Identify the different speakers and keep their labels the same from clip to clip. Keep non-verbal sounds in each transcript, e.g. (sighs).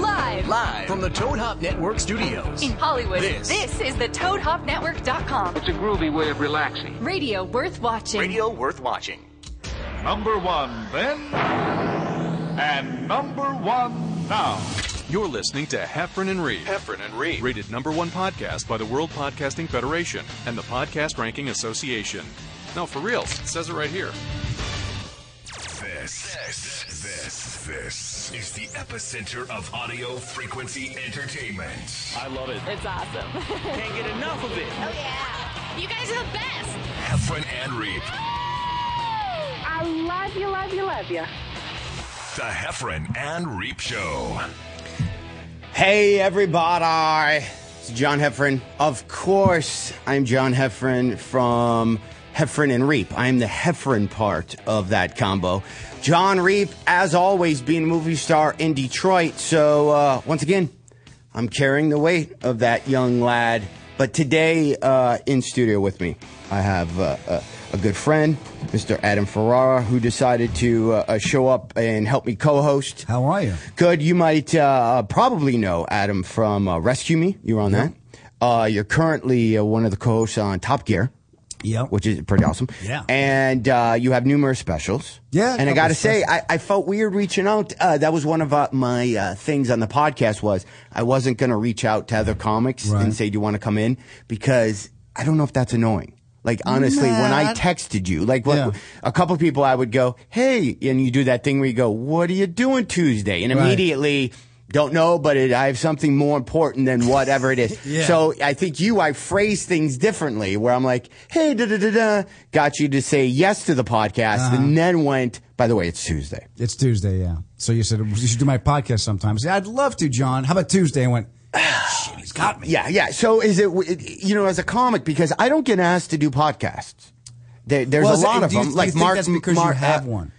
Speaker 1: Live from the Toad Hop Network studios.
Speaker 2: In Hollywood,
Speaker 1: This.
Speaker 2: this, is the ToadHopNetwork.com.
Speaker 3: It's a groovy way of relaxing.
Speaker 2: Radio worth watching.
Speaker 1: Radio worth watching.
Speaker 4: Number one then, and number one now.
Speaker 5: You're listening to Heffron and Reed. Heffron and Reed. Rated number one podcast by the World Podcasting Federation and the Podcast Ranking Association. No, for real. It says it right here.
Speaker 6: This, this, this, this is the epicenter of audio frequency entertainment.
Speaker 7: I love it.
Speaker 8: It's awesome.
Speaker 7: Can't get enough of it.
Speaker 8: Oh, yeah. You guys are the best.
Speaker 6: Heffron and Reed.
Speaker 9: I love you, love you, love you.
Speaker 6: The Heffron and Reap Show.
Speaker 10: Hey, everybody. It's John Heffron. Of course, I'm John Heffron from Heffron and Reap. I'm the Heffron part of that combo. John Reap, as always, being a movie star in Detroit. So, uh, once again, I'm carrying the weight of that young lad. But today, uh, in studio with me, I have uh, a, a good friend, Mr. Adam Ferrara, who decided to uh, uh, show up and help me co-host. How are you? Good. You might uh, probably know Adam from uh, Rescue Me. You were on that. Uh, you're currently uh, one of the co-hosts on Top Gear. Yeah, which is pretty awesome.
Speaker 11: Yeah.
Speaker 10: and uh, you have numerous specials.
Speaker 11: Yeah,
Speaker 10: and I
Speaker 11: couple
Speaker 10: gotta
Speaker 11: of
Speaker 10: say, I, I felt weird reaching out. Uh, that was one of uh, my uh, things on the podcast was I wasn't going to reach out to other comics and say, "Do you want to come in?" Because I don't know if that's annoying. Like honestly, when I
Speaker 11: Nah.
Speaker 10: texted you, like what, a couple people, I would go, "Hey," and you do that thing where you go, "What are you doing Tuesday?" And
Speaker 11: Right.
Speaker 10: immediately. Don't know, but it, I have something more important than whatever it is.
Speaker 11: Yeah.
Speaker 10: So I think you, I phrase things differently where I'm like, hey, da da da da, got you to say yes to the podcast
Speaker 11: Uh-huh.
Speaker 10: and then went, by the way, it's Tuesday.
Speaker 11: It's Tuesday, yeah. So you said you should do my podcast sometime. I said, I'd love to, John. How about Tuesday?
Speaker 10: (sighs)
Speaker 11: I went, shit, he's got me.
Speaker 10: Yeah, yeah. So is it, you know, as a comic, because I don't get asked to do podcasts. There, there's
Speaker 11: Well,
Speaker 10: a
Speaker 11: is it-
Speaker 10: lot of
Speaker 11: do you-
Speaker 10: them.
Speaker 11: do you
Speaker 10: like
Speaker 11: think
Speaker 10: Mark,
Speaker 11: that's because
Speaker 10: Mark,
Speaker 11: you have
Speaker 10: uh,
Speaker 11: one.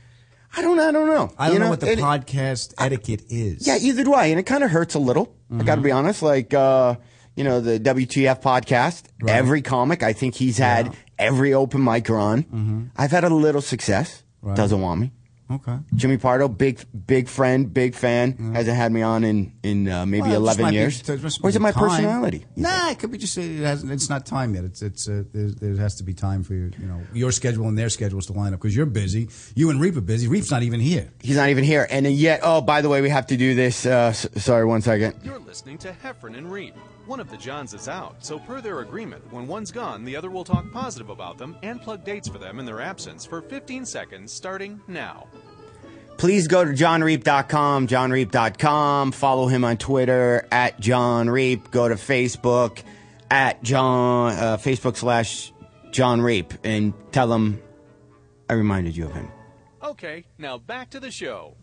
Speaker 10: I don't, I don't know.
Speaker 11: I don't
Speaker 10: You
Speaker 11: know, what the
Speaker 10: and-
Speaker 11: podcast etiquette is.
Speaker 10: Yeah, either do I, and it kind of hurts a little. I got to
Speaker 11: Mm-hmm.
Speaker 10: be honest. Like, uh, you know, the WTF podcast. Every comic, I think he's had every open mic on. I've had a little success.
Speaker 11: Mm-hmm. Right.
Speaker 10: Doesn't want me.
Speaker 11: Okay.
Speaker 10: Jimmy Pardo, big big friend, big fan, hasn't had me on in in uh, maybe
Speaker 11: Well, it just might
Speaker 10: eleven
Speaker 11: be-
Speaker 10: years.
Speaker 11: it must
Speaker 10: or is
Speaker 11: be
Speaker 10: it my
Speaker 11: time.
Speaker 10: personality? you
Speaker 11: Nah, it could be just it hasn't, it's not time yet. It's it's uh, there, there has to be time for your you know your schedule and their schedules to line up because you're busy. You and Reap are busy. Reap's not even here.
Speaker 10: He's not even here, and then yet, oh, by the way, we have to do this. Uh, s- sorry, one second.
Speaker 5: You're listening to Heffron and Reed. One of the Johns is out, so per their agreement, when one's gone, the other will talk positive about them and plug dates for them in their absence for 15 seconds starting now.
Speaker 10: please go to johnreap.com, johnreap.com. Follow him on Twitter at John Reap. Go to Facebook at John, uh, Facebook slash John Reap and tell him I reminded you of him.
Speaker 5: Okay, now back to the show.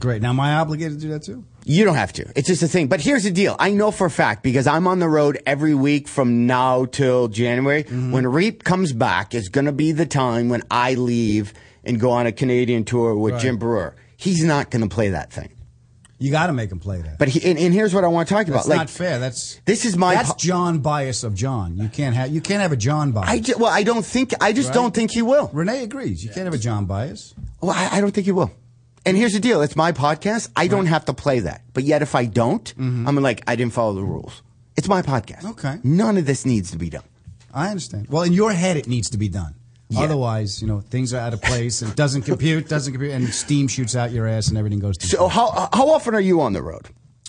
Speaker 11: Great. Now am I obligated to do that too?
Speaker 10: You don't have to. It's just a thing. But here's the deal. I know for a fact because I'm on the road every week from now till January.
Speaker 11: Mm-hmm.
Speaker 10: When Reap comes back, it's going to be the time when I leave and go on a Canadian tour with
Speaker 11: Right.
Speaker 10: Jim Brewer. He's not going to play that thing.
Speaker 11: You got to make him play that.
Speaker 10: But he, and, and here's what I want to talk about.
Speaker 11: That's not fair. That's
Speaker 10: This is my
Speaker 11: that's
Speaker 10: po-
Speaker 11: John bias of John. You can't have you can't have a John bias.
Speaker 10: I ju- well, I don't think I just don't think he will.
Speaker 11: Renee agrees. You can't have a John bias.
Speaker 10: Well, I, I don't think he will. And here's the deal: it's my podcast. I don't have to play that. But yet, if I don't, I'm like, I didn't follow the rules. It's my podcast.
Speaker 11: Mm-hmm. Okay.
Speaker 10: None of this needs to be done.
Speaker 11: I understand. Well, in your head, it needs to be done.
Speaker 10: Yeah.
Speaker 11: Otherwise, you know, things are out of place and it doesn't compute, doesn't compute, and steam shoots out your ass and everything goes to
Speaker 10: So how how often are you on the road,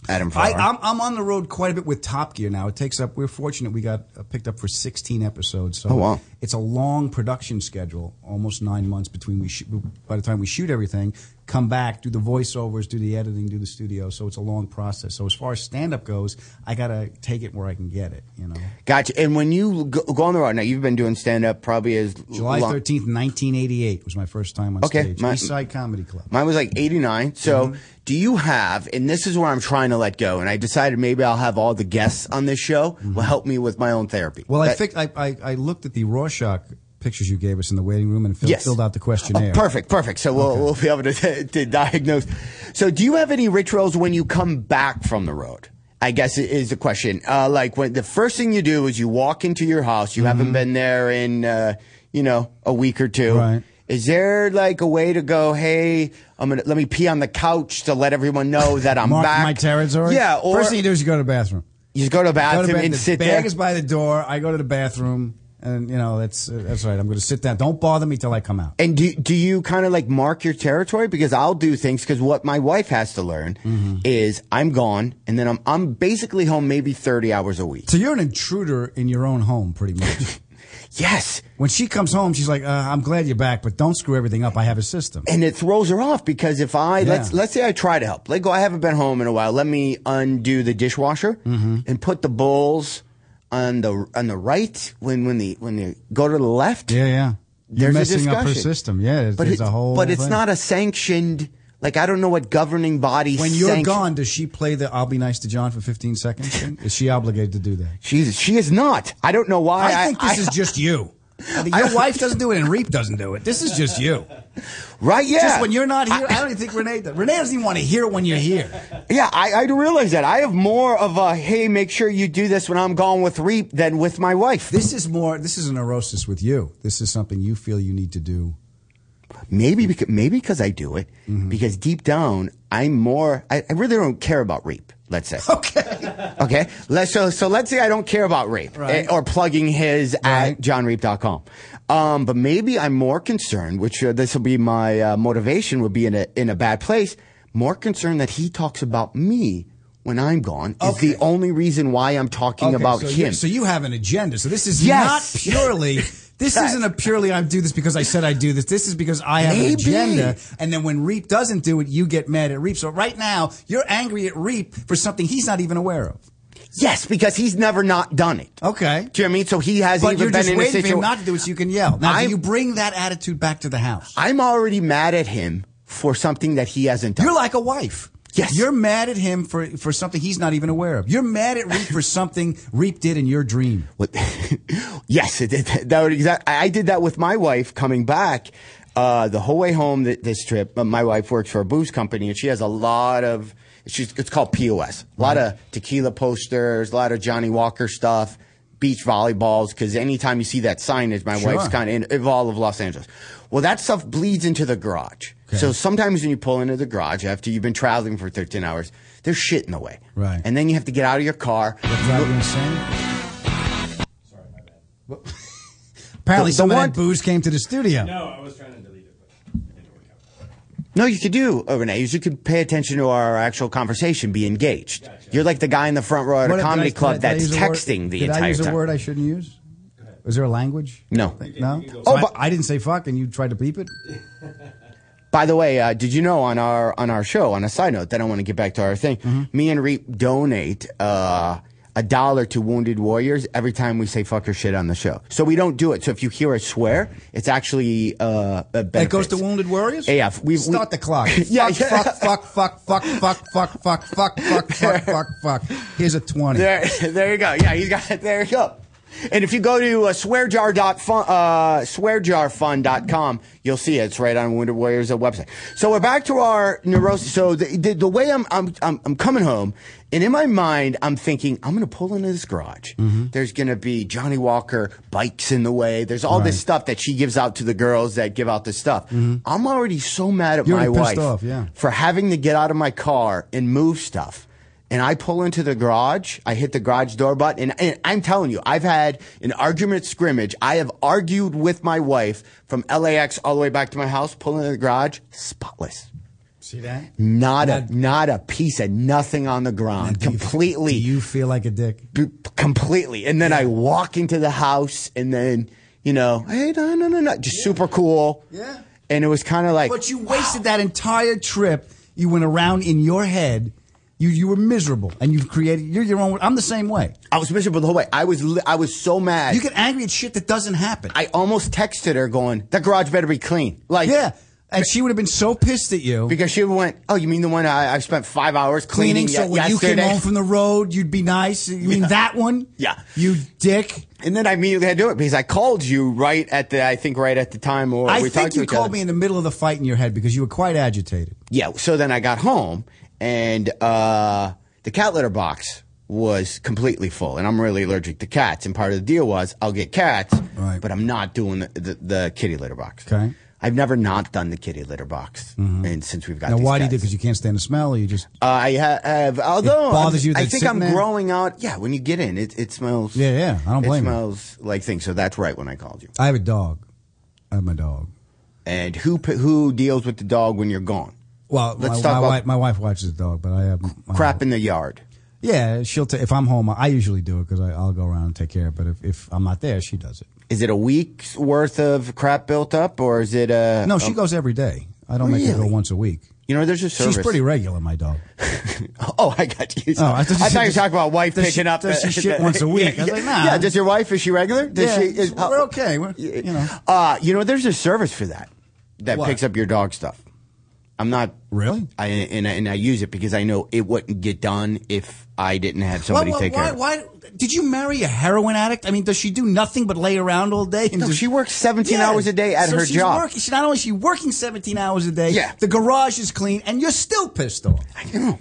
Speaker 10: Adam?
Speaker 11: I,
Speaker 10: Ferrara?
Speaker 11: I'm, I'm on the road quite a bit with Top Gear now. It takes up. We're fortunate we got uh, picked up for 16 episodes. So
Speaker 10: Oh, wow.
Speaker 11: It's a long production schedule, almost nine months between we sh- by the time we shoot everything, come back, do the voiceovers, do the editing, do the studio. So it's a long process. So as far as stand up goes, I gotta take it where I can get it. You know,
Speaker 10: gotcha. And when you go, go on the road now, you've been doing stand up probably as
Speaker 11: July
Speaker 10: long-
Speaker 11: 13th, 1988 was my first time on
Speaker 10: Okay,
Speaker 11: stage.
Speaker 10: my-
Speaker 11: East Side Comedy Club.
Speaker 10: Mine was like 89. So
Speaker 11: Mm-hmm.
Speaker 10: do you have, and this is where I'm trying to let go, and I decided maybe I'll have all the guests on this show will help me with my own therapy.
Speaker 11: Mm-hmm. Well, I
Speaker 10: That-
Speaker 11: think I, I, I looked at the Rorschach pictures you gave us in the waiting room and filled,
Speaker 10: Yes.
Speaker 11: filled out the questionnaire.
Speaker 10: Oh, perfect, perfect. So we'll, we'll be able to, (laughs) to diagnose. So do you have any rituals when you come back from the road? I guess i- is the question. Uh, like when the first thing you
Speaker 11: Mm-hmm.
Speaker 10: do is you walk into your house. You haven't been there in, uh, you know, a week or two.
Speaker 11: Right.
Speaker 10: Is there like a way to go? Hey, I'm gonna let me pee on the couch to let everyone know that I'm
Speaker 11: Mark
Speaker 10: back.
Speaker 11: my territory.
Speaker 10: Yeah, or
Speaker 11: first thing you do is you go to the bathroom.
Speaker 10: you just go to the
Speaker 11: Go to
Speaker 10: bathroom
Speaker 11: bed,
Speaker 10: and
Speaker 11: the
Speaker 10: sit
Speaker 11: bag
Speaker 10: there.
Speaker 11: is by the door. I go to the bathroom, and you know that's uh, that's right. I'm going to sit down. Don't bother me till I come out.
Speaker 10: And do do you kind of like mark your territory? Because I'll do things because what my wife has to learn
Speaker 11: Mm-hmm.
Speaker 10: is I'm gone and then I'm I'm basically home maybe thirty hours a week.
Speaker 11: So you're an intruder in your own home, pretty
Speaker 10: (laughs)
Speaker 11: much.
Speaker 10: Yes.
Speaker 11: when she comes home, she's like, uh, "I'm glad you're back, but don't screw everything up. I have a system."
Speaker 10: And it throws her off because if I
Speaker 11: Yeah.
Speaker 10: let's let's say I try to help. Let go, I haven't been home in a while. Let me undo the dishwasher
Speaker 11: Mm-hmm.
Speaker 10: and put the bowls on the on the right when when the when they go to the left.
Speaker 11: Yeah, yeah. You're
Speaker 10: There's a
Speaker 11: messing up her
Speaker 10: discussion.
Speaker 11: system. Yeah, there's,
Speaker 10: But
Speaker 11: there's
Speaker 10: it-
Speaker 11: a whole.
Speaker 10: but it's
Speaker 11: thing.
Speaker 10: not a sanctioned like I don't know what governing body
Speaker 11: When you're
Speaker 10: sanction-
Speaker 11: gone, does she play the "I'll be nice to John" for 15 seconds? thing? is she obligated to do that?
Speaker 10: Jesus, she is not. I don't know why.
Speaker 11: I, think this is just you. I mean,
Speaker 10: (laughs)
Speaker 11: your wife doesn't do it, and Reap doesn't do it. This is just you.
Speaker 10: right. Yeah,
Speaker 11: Just when you're not here, I don't even think Renee does. Renee doesn't even want to hear it when you're here.
Speaker 10: Yeah, I, I realize that. I have more of a hey, make sure you do this when I'm gone with Reap than with my wife.
Speaker 11: (laughs) This is more. This is a neurosis with you. This is something you feel you need to do. Mm-hmm.
Speaker 10: Maybe because maybe because I do it because deep down I'm more. I, I really don't care about Reap. Let's say.
Speaker 11: (laughs) Okay.
Speaker 10: Okay. Let's so so let's say I don't care about Reap eh,
Speaker 11: Right.
Speaker 10: or plugging his at
Speaker 11: Right.
Speaker 10: johnreap.com. Um, but maybe I'm more concerned, which uh, this will be my uh, motivation would be in a in a bad place. More concerned that he talks about me when I'm gone is
Speaker 11: Okay.
Speaker 10: the only reason why I'm talking about
Speaker 11: so
Speaker 10: him.
Speaker 11: You, so you have an agenda. So this is
Speaker 10: Yes.
Speaker 11: not (laughs) purely. This
Speaker 10: Yes.
Speaker 11: isn't a purely I do this because I said I do this. This is because I have
Speaker 10: Maybe.
Speaker 11: an agenda. And then when Reap doesn't do it, you get mad at Reap. So right now, you're angry at Reap for something he's not even aware of.
Speaker 10: Yes, because he's never not done it.
Speaker 11: Okay.
Speaker 10: Do you know what I mean? So he hasn't
Speaker 11: But
Speaker 10: even
Speaker 11: you're
Speaker 10: been
Speaker 11: just
Speaker 10: in a
Speaker 11: waiting for him
Speaker 10: situation.
Speaker 11: not to do it so you can yell. Now,
Speaker 10: I'm-
Speaker 11: do you bring that attitude back to the house?
Speaker 10: I'm already mad at him for something that he hasn't done.
Speaker 11: You're like a wife.
Speaker 10: Yes.
Speaker 11: You're mad at him for, for something he's not even aware of. You're mad at Reap for something Reap did in your dream.
Speaker 10: What- (laughs) yes, it, it, (laughs) that would exact. I I did that with my wife coming back. Uh, the whole way home th- this trip, uh, my wife works for a booze company and she has a lot of, she's, it's called POS. A lot of tequila posters, a lot of Johnny Walker stuff, beach volleyballs, because anytime you see that signage, my
Speaker 11: Sure.
Speaker 10: wife's kind of in, of all of Los Angeles. Well, that stuff bleeds into the garage.
Speaker 11: Okay.
Speaker 10: So sometimes when you pull into the garage after you've been traveling for 13 hours, there's shit in the way.
Speaker 11: Right.
Speaker 10: And then you have to get out of your car.
Speaker 11: That drive you insane? Well, Apparently,
Speaker 10: The- the
Speaker 11: some of
Speaker 10: one-
Speaker 11: that booze came to the studio.
Speaker 10: No, you could do, uh, Renee, is you could pay attention to our actual conversation, be engaged. You're like the guy in the front row at
Speaker 11: What-
Speaker 10: a
Speaker 11: did
Speaker 10: comedy
Speaker 11: I- did I-
Speaker 10: club
Speaker 11: did I
Speaker 10: that's
Speaker 11: use a word-
Speaker 10: texting the
Speaker 11: did
Speaker 10: entire
Speaker 11: I use
Speaker 10: time.
Speaker 11: a word I shouldn't use? Is there a language?
Speaker 10: No.
Speaker 11: No.
Speaker 10: Oh,
Speaker 11: oh,
Speaker 10: but-
Speaker 11: but I, didn't say fuck, and you tried to beep it.
Speaker 10: By the way, uh, did you know on our on our show, on a side note, then I want to get back to our thing, me and Reap donate uh, a dollar to Wounded Warriors every time we say fuck or shit on the show. So we don't do it. So if you hear us swear, it's actually uh, a
Speaker 11: That goes
Speaker 10: benefits.
Speaker 11: to wounded warriors.
Speaker 10: Yeah, yeah, we- we-
Speaker 11: start the clock.
Speaker 10: (laughs) Yeah,
Speaker 11: fuck,
Speaker 10: yeah.
Speaker 11: fuck, fuck, fuck, fuck, fuck, fuck, fuck, fuck, fuck, fuck, fuck. Here's a twenty.
Speaker 10: There, there (laughs) you go. Yeah, he's got it. There you go. And if you go to uh, swearjar.fun, uh, swearjarfund.com, you'll see it. It's right on Wounded Warriors' uh, website. So we're back to our neurosis. So the, the, the way I'm, I'm, I'm, I'm coming home, and in my mind, I'm thinking, I'm going to pull into this garage.
Speaker 11: Mm-hmm.
Speaker 10: There's going to be Johnny Walker bikes in the way. There's all this
Speaker 11: Right. Mm-hmm.
Speaker 10: stuff that she gives out to the girls that give out this stuff. I'm already so mad at
Speaker 11: You're
Speaker 10: my
Speaker 11: already
Speaker 10: wife
Speaker 11: pissed off, yeah.
Speaker 10: for having to get out of my car and move stuff. And I pull into the garage. I hit the garage door button. And, and I'm telling you, I've had an argument scrimmage. I have argued with my wife from LAX all the way back to my house, pulling into the garage, spotless.
Speaker 11: See that?
Speaker 10: Not
Speaker 11: Now-
Speaker 10: a, not a piece of nothing on the
Speaker 11: Now,
Speaker 10: ground.
Speaker 11: do you-
Speaker 10: Uh, Completely
Speaker 11: do you feel like a dick?
Speaker 10: b- completely. And then I walk into the house and then, you know, hey, no, no, no, no, just super cool.
Speaker 11: Yeah.
Speaker 10: And it was kind of like,
Speaker 11: But you wasted that entire trip. You went around in your head. You you were miserable, and you've created. You're your own. I'm the same way.
Speaker 10: I was miserable the whole way. I was, li- I was so mad.
Speaker 11: You get angry at shit that doesn't happen.
Speaker 10: I almost texted her going, that garage better be clean. Like,
Speaker 11: yeah, and she would have been so pissed at you.
Speaker 10: Because she went, oh, you mean the one I, I spent five hours cleaning,
Speaker 11: cleaning. So
Speaker 10: ye-
Speaker 11: when you
Speaker 10: yesterday?
Speaker 11: came home from the road, you'd be nice. You mean that one?
Speaker 10: Yeah.
Speaker 11: You dick.
Speaker 10: and then I immediately had to do it because I called you right at the, I think right at the time or
Speaker 11: I
Speaker 10: we talked
Speaker 11: think
Speaker 10: to
Speaker 11: you
Speaker 10: each
Speaker 11: called
Speaker 10: other.
Speaker 11: me in the middle of the fight in your head because you were quite agitated.
Speaker 10: yeah. So then I got home and uh, the cat litter box was completely full, and I'm really allergic to cats. And part of the deal was I'll get cats,
Speaker 11: Right.
Speaker 10: but I'm not doing the, the, the kitty litter box.
Speaker 11: Okay. Mm-hmm.
Speaker 10: I've never not done the kitty litter box, and since we've got
Speaker 11: Now,
Speaker 10: these
Speaker 11: why do
Speaker 10: guys.
Speaker 11: you do? Because you can't stand the smell, or you just
Speaker 10: I ha- have, although
Speaker 11: It bothers
Speaker 10: I'm-
Speaker 11: you that
Speaker 10: I
Speaker 11: it's
Speaker 10: think
Speaker 11: sitting
Speaker 10: I'm
Speaker 11: there?
Speaker 10: growing out. Yeah, when you get in, it, it smells.
Speaker 11: Yeah, yeah, I don't blame
Speaker 10: It
Speaker 11: you.
Speaker 10: smells like things. So that's right when I called you.
Speaker 11: I have a dog. I have my dog.
Speaker 10: And who p- who deals with the dog when you're gone?
Speaker 11: Well,
Speaker 10: Let's talk
Speaker 11: my, my
Speaker 10: about-
Speaker 11: wife, my wife watches the dog, but I have my
Speaker 10: Crap in the yard.
Speaker 11: Yeah, she'll. ta if I'm home, I usually do it because I'll go around and take care of. it. But if, if I'm not there, she does it.
Speaker 10: Is it a week's worth of crap built up, or is it a?
Speaker 11: No, she goes every day. I don't make her go
Speaker 10: Oh. Really?
Speaker 11: once a week.
Speaker 10: You know, there's a service.
Speaker 11: She's pretty regular, my dog.
Speaker 10: (laughs) Oh, I got you.
Speaker 11: Oh, I
Speaker 10: I thought,
Speaker 11: thought you said
Speaker 10: you
Speaker 11: does-
Speaker 10: were talking about wife
Speaker 11: does she-
Speaker 10: picking up.
Speaker 11: does she
Speaker 10: (laughs)
Speaker 11: shit once a week? I
Speaker 10: Yeah,
Speaker 11: was like, nah.
Speaker 10: yeah, does your wife? Is she regular? Does
Speaker 11: Yeah,
Speaker 10: she? Is, oh,
Speaker 11: we're okay. We're- you know.
Speaker 10: Uh, you know, there's a service for that that
Speaker 11: What?
Speaker 10: picks up your dog stuff. I'm not
Speaker 11: Really?
Speaker 10: I and I, and I use it because I know it wouldn't get done if I didn't have somebody
Speaker 11: why,
Speaker 10: take
Speaker 11: why,
Speaker 10: care. of it.
Speaker 11: why? Did you marry a heroin addict? I mean, does she do nothing but lay around all day? And
Speaker 10: No,
Speaker 11: just-
Speaker 10: she works 17
Speaker 11: Yeah.
Speaker 10: hours a day at
Speaker 11: So
Speaker 10: her
Speaker 11: she's
Speaker 10: job.
Speaker 11: working- she, not only is she working 17 hours a day,
Speaker 10: Yeah.
Speaker 11: the garage is clean, and you're still pissed off.
Speaker 10: I don't know.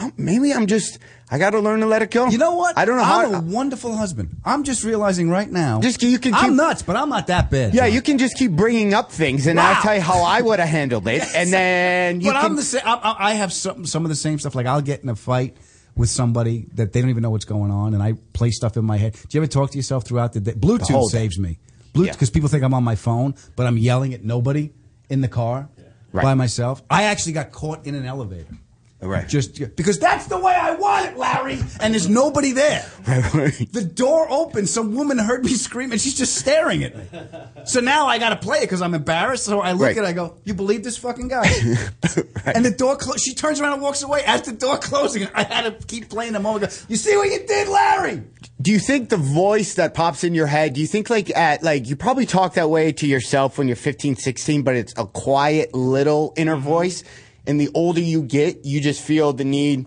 Speaker 10: Um, Maybe I'm just. I got to learn to let it go.
Speaker 11: You know what?
Speaker 10: I don't know
Speaker 11: I'm
Speaker 10: how.
Speaker 11: a wonderful husband. I'm just realizing right now.
Speaker 10: Just you can
Speaker 11: I'm
Speaker 10: keep-
Speaker 11: nuts, but I'm not that bad.
Speaker 10: yeah,
Speaker 11: John.
Speaker 10: you can just keep bringing up things, and
Speaker 11: Wow.
Speaker 10: I'll tell you how I would have handled it, and then you
Speaker 11: but
Speaker 10: can.
Speaker 11: I'm the same. I, I I have some some of the same stuff. Like I'll get in a fight with somebody that they don't even know what's going on, and I play stuff in my head. Do you ever talk to yourself throughout the day? Bluetooth
Speaker 10: whole day.
Speaker 11: saves me. Bluetooth
Speaker 10: Yeah.
Speaker 11: because people think I'm on my phone, but I'm yelling at nobody in the car
Speaker 10: Right.
Speaker 11: by myself. I actually got caught in an elevator.
Speaker 10: Right.
Speaker 11: Just because that's the way I want it, Larry. And there's nobody there. The door opened. Some woman heard me scream, and she's just staring at me. So now I got to play it because I'm embarrassed. So I look
Speaker 10: Right.
Speaker 11: at it, I go, "You believe this fucking guy?" And the door clo- She turns around and walks away. As the door closing, I had to keep playing the moment. Go, you see what you did, Larry?
Speaker 10: (laughs) Do you think the voice that pops in your head, do you think like at like you probably talk that way to yourself when you're 15, 16, but it's a quiet little inner
Speaker 11: Mm-hmm.
Speaker 10: voice and the older you get, you just feel the need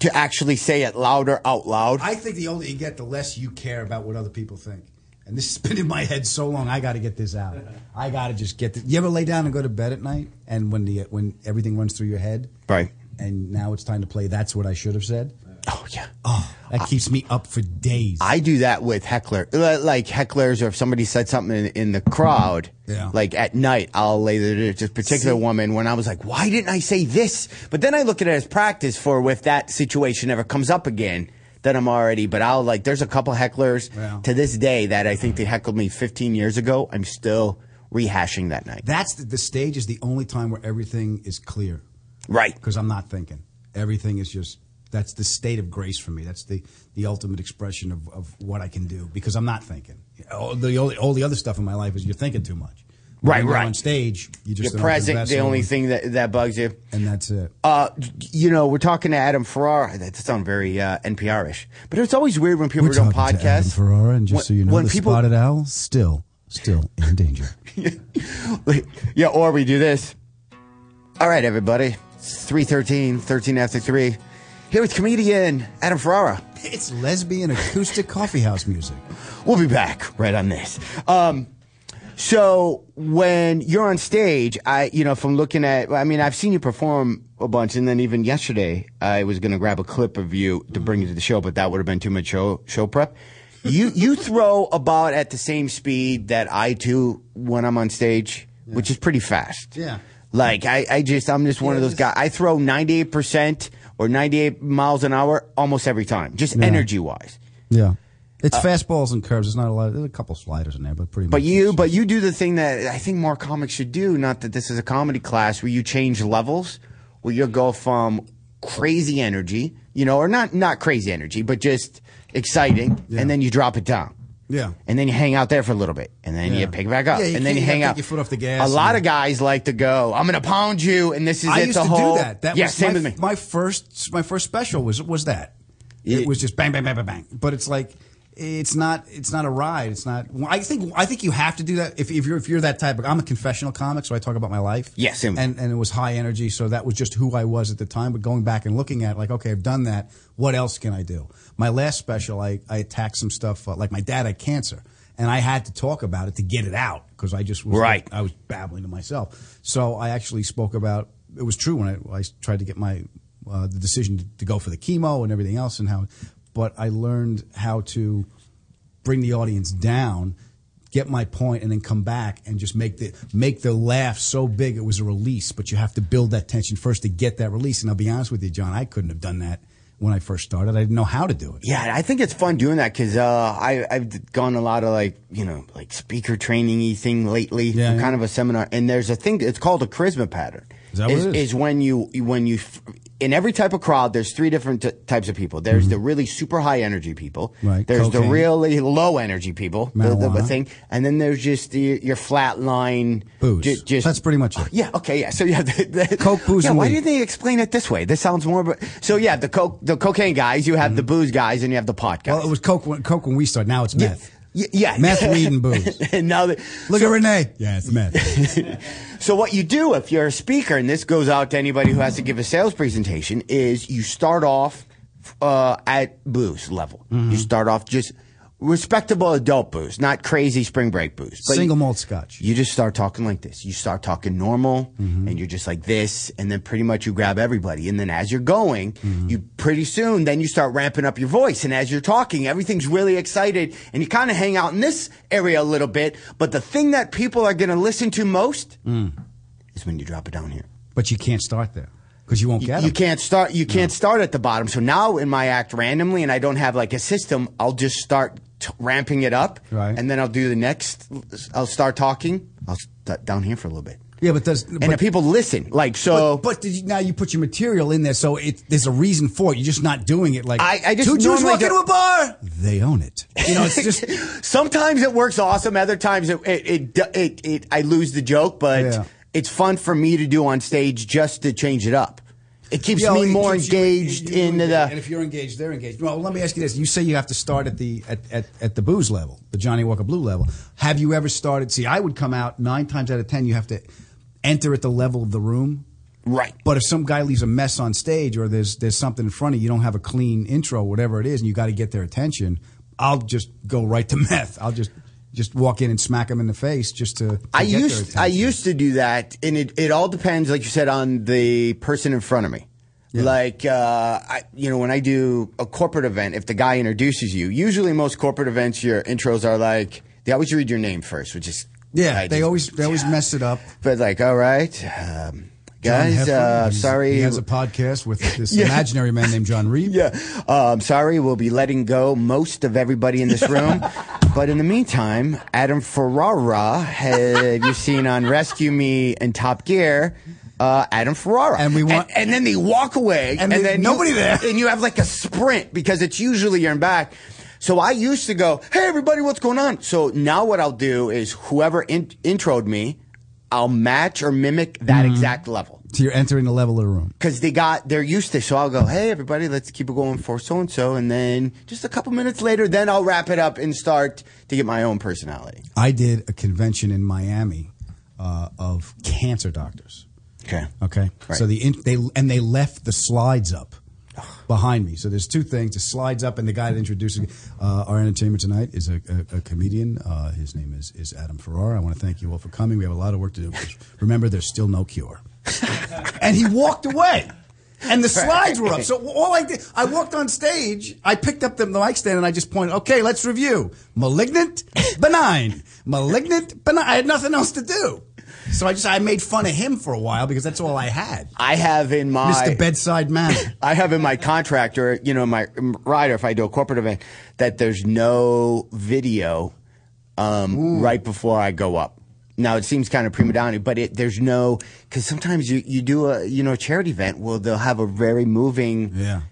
Speaker 10: to actually say it louder out loud.
Speaker 11: I think the older you get, the less you care about what other people think. And this has been in my head so long. I got to get this out. I got to just get. This. You ever lay down and go to bed at night, and when the when everything runs through your head,
Speaker 10: Right.
Speaker 11: And now it's time to play. That's what I should have said.
Speaker 10: oh yeah.
Speaker 11: That keeps me up for days.
Speaker 10: I do that with heckler, li- like hecklers, or if somebody said something in, in the crowd,
Speaker 11: Yeah.
Speaker 10: like at night, I'll lay there. There's this particular
Speaker 11: See-
Speaker 10: woman when I was like, why didn't I say this? But then I look at it as practice for if that situation ever comes up again, then I'm already, but I'll like, there's a couple hecklers
Speaker 11: Yeah.
Speaker 10: to this day that I think they heckled me 15 years ago. I'm still rehashing that night.
Speaker 11: That's the, the stage is the only time where everything is clear
Speaker 10: right.
Speaker 11: because I'm not thinking. Everything is just that's the state of grace for me. That's the the ultimate expression of, of what I can do because I'm not thinking. All the all, all the other stuff in my life is you're thinking too much. When
Speaker 10: Right,
Speaker 11: you go
Speaker 10: right.
Speaker 11: On stage, you just
Speaker 10: Your
Speaker 11: an open
Speaker 10: present, the
Speaker 11: vessel,
Speaker 10: only thing that, that bugs you.
Speaker 11: and that's it.
Speaker 10: Uh, you know, we're talking to Adam Ferrara. That sounds very uh, NPR-ish, but it's always weird when people
Speaker 11: We're
Speaker 10: are doing
Speaker 11: talking
Speaker 10: podcasts.
Speaker 11: to Adam Ferrara, and just
Speaker 10: When-
Speaker 11: so you know,
Speaker 10: when
Speaker 11: the
Speaker 10: people,
Speaker 11: spotted owl still still in danger.
Speaker 10: (laughs) yeah, or we do this. All right, everybody, it's 313, 13 after three. Here with comedian Adam Ferrara.
Speaker 11: it's lesbian acoustic coffeehouse music.
Speaker 10: We'll be back right on this. Um, so when you're on stage, I, you know, from looking at, I mean, I've seen you perform a bunch, and then even yesterday, I was going to grab a clip of you to bring you to the show, but that would have been too much show show prep. You you throw about at the same speed that I do when I'm on stage, which is pretty fast.
Speaker 11: Yeah.
Speaker 10: Like I, I just I'm just one of those guys. I throw 98 percent or 98 miles an hour almost every time, just energy wise.
Speaker 11: Yeah. It's fastballs and curves. It's not a lot. There's a couple sliders in there, but pretty
Speaker 10: Uh,
Speaker 11: much.
Speaker 10: But you,
Speaker 11: it's-
Speaker 10: but you do the thing that I think more comics should do. Not that this is a comedy class where you change levels, where you go from crazy energy, you know, or not not crazy energy, but just exciting,
Speaker 11: Yeah.
Speaker 10: and then you drop it down.
Speaker 11: Yeah.
Speaker 10: And then you hang out there for a little bit, and then
Speaker 11: Yeah.
Speaker 10: you pick it back up,
Speaker 11: Yeah, you
Speaker 10: and then
Speaker 11: can't-
Speaker 10: you
Speaker 11: you
Speaker 10: hang
Speaker 11: gotta
Speaker 10: out.
Speaker 11: take your foot off the gas
Speaker 10: A lot
Speaker 11: and-
Speaker 10: of guys like to go. I'm going to pound you, and this is
Speaker 11: I
Speaker 10: it.
Speaker 11: used
Speaker 10: the
Speaker 11: to
Speaker 10: whole
Speaker 11: do that. That
Speaker 10: yeah,
Speaker 11: was
Speaker 10: same
Speaker 11: my,
Speaker 10: with me.
Speaker 11: My first, my first special was was that. It,
Speaker 10: It-
Speaker 11: was just bang, bang, bang, bang, bang. But it's like, it's not, it's not a ride. It's not. well, I think, I think you have to do that if, if you're if you're that type. Of, I'm a confessional comic, so I talk about my life.
Speaker 10: Yeah, same with
Speaker 11: and and it was high energy, so that was just who I was at the time. But going back and looking at, it, like, okay, I've done that. What else can I do? My last special, I I attacked some stuff. Uh, like my dad had cancer, and I had to talk about it to get it out because I just was
Speaker 10: Right.
Speaker 11: I was babbling to myself. So I actually spoke about it was true when I, I tried to get my uh, the decision to, go for the chemo and everything else and how, but I learned how to bring the audience down, get my point, and then come back and just make the make the laugh so big it was a release. But you have to build that tension first to get that release. And I'll be honest with you, John, I couldn't have done that when I first started. I didn't know how to do it.
Speaker 10: Yeah, I think it's fun doing that because uh, I I've gone a lot of like you know like speaker training y thing lately,
Speaker 11: Yeah, yeah.
Speaker 10: kind of a seminar, and there's a thing. It's called a charisma pattern.
Speaker 11: Is that what it is?
Speaker 10: Is when you when you f- in every type of crowd, there's three different t- types of people. There's the really super high energy people.
Speaker 11: Mm-hmm. Right,
Speaker 10: There's the
Speaker 11: cocaine.
Speaker 10: really low energy people. The, the- the
Speaker 11: Marijuana.
Speaker 10: thing, and then there's just the, your flat line
Speaker 11: Booze.
Speaker 10: ju- just
Speaker 11: That's pretty much it.
Speaker 10: Yeah. Okay. Yeah. So yeah, (laughs) the, the,
Speaker 11: Coke, booze,
Speaker 10: Yeah.
Speaker 11: and
Speaker 10: Why
Speaker 11: weed.
Speaker 10: did they explain it this way? This sounds more. But, so yeah, the coke, the cocaine guys. You have the booze guys, and you have the pot guys.
Speaker 11: Mm-hmm. Well, it was coke when, coke when we started. Now it's meth.
Speaker 10: Y- yeah,
Speaker 11: Meth, weed, and
Speaker 10: (laughs)
Speaker 11: booze.
Speaker 10: and now, that,
Speaker 11: Look at Renee. Yeah,
Speaker 10: (laughs)
Speaker 11: it's meth.
Speaker 10: so what you do if you're a speaker, and this goes out to anybody who has to give a sales presentation, is you start off uh, at booze level.
Speaker 11: Mm-hmm.
Speaker 10: You start off just respectable adult booze, not crazy spring break booze. But
Speaker 11: Single
Speaker 10: you-
Speaker 11: malt scotch.
Speaker 10: You just start talking like this. You start talking normal, and you're just like this, and then pretty much you grab everybody. And then as you're going, you pretty soon then you start ramping up your voice. And as you're talking, everything's really excited, and you kind of hang out in this area a little bit. But the thing that people are going to listen to most is when you drop it down here.
Speaker 11: But you can't start there because you won't
Speaker 10: You-
Speaker 11: get it.
Speaker 10: you can't start. You can't start at the bottom. So now in my act randomly, and I don't have like a system. I'll just start t- ramping it up,
Speaker 11: Right.
Speaker 10: and then I'll do the next. I'll start talking. I'll st- down here for a little bit,
Speaker 11: Yeah, but does
Speaker 10: and
Speaker 11: but,
Speaker 10: the people listen. Like so,
Speaker 11: But, but did you, now you put your material in there, so it, there's a reason for it. You're just not doing it like
Speaker 10: I- I just
Speaker 11: two Jews
Speaker 10: normally
Speaker 11: walk
Speaker 10: do-
Speaker 11: into a bar. They own it. You know, it's just
Speaker 10: sometimes it works awesome. Other times it it it, do- it, it I lose the joke, but
Speaker 11: Yeah.
Speaker 10: it's fun for me to do on stage just to change it up. It (laughs) keeps
Speaker 11: Yo,
Speaker 10: me
Speaker 11: it
Speaker 10: more
Speaker 11: keeps you-
Speaker 10: engaged
Speaker 11: you- you
Speaker 10: into
Speaker 11: engaged.
Speaker 10: the.
Speaker 11: And if you're engaged, they're engaged. Well, let me ask you this: You say you have to start at the at, at, at the booze level, the Johnny Walker Blue level. Have you ever started? See, I would come out nine times out of ten. You have to enter at the level of the room.
Speaker 10: Right.
Speaker 11: But if some guy leaves a mess on stage, or there's there's something in front of you, you don't have a clean intro, whatever it is, and you got to get their attention. I'll just go right to (laughs) meth. I'll just just walk in and smack them in the face just to. to
Speaker 10: I
Speaker 11: get their
Speaker 10: used I
Speaker 11: attention.
Speaker 10: used to do that, and it, it all depends, like you said, on the person in front of me. Like, uh, I, you know, when I do a corporate event, if the guy introduces you, usually most corporate events, your intros are like they always read your name first, which is
Speaker 11: Yeah,
Speaker 10: I
Speaker 11: they
Speaker 10: just-
Speaker 11: always they always mess it up.
Speaker 10: but like, all right, um,
Speaker 11: John
Speaker 10: guys,
Speaker 11: Heffernan,
Speaker 10: uh,
Speaker 11: he's-
Speaker 10: sorry,
Speaker 11: He has a podcast
Speaker 10: (laughs)
Speaker 11: with this
Speaker 10: Yeah.
Speaker 11: imaginary man named John Reed.
Speaker 10: yeah, um, sorry, we'll be letting go most of everybody in
Speaker 11: (laughs)
Speaker 10: this room. but in the meantime, Adam Ferrara, have you seen on Rescue Me and Top Gear? Uh, Adam Ferrara,
Speaker 11: And we want-
Speaker 10: and, then they walk away,
Speaker 11: And
Speaker 10: and,
Speaker 11: there's
Speaker 10: then
Speaker 11: nobody
Speaker 10: you-
Speaker 11: there.
Speaker 10: (laughs) and you have like a sprint because it's usually you're in back. So I used to go, "Hey everybody, what's going on?" So now what I'll do is whoever in- introed me, I'll match or mimic that
Speaker 11: Mm-hmm.
Speaker 10: exact level
Speaker 11: So you're entering the level of the room.
Speaker 10: because they got they're used to. So I'll go, hey everybody, let's keep it going for so and so, and then just a couple minutes later, then I'll wrap it up and start to get my own personality.
Speaker 11: I did a convention in Miami uh, of cancer doctors.
Speaker 10: Okay.
Speaker 11: Okay.
Speaker 10: Right.
Speaker 11: So the in, they and they left the slides up behind me. So there's two things: the slides up, and the guy that introduced me, uh, our entertainment tonight is a, a, a comedian. Uh, his name is is Adam Ferrara. I want to thank you all for coming. We have a lot of work to do. Remember, there's still no cure. and he walked away. And the slides were up. So all I did, I walked on stage, I picked up the mic stand and I just pointed, okay, let's review. Malignant, benign. Malignant, benign. I had nothing else to do. So I just, I made fun of him for a while because that's all I had.
Speaker 10: I have in my
Speaker 11: Mr. Bedside Manor.
Speaker 10: (laughs) I have in my contract or you know my um, rider if I do a corporate event that there's no video um, right before I go up. Now it seems kind of prima donna, but it, there's no because sometimes you, you do a you know a charity event. Well, they'll have a very moving
Speaker 11: Yeah.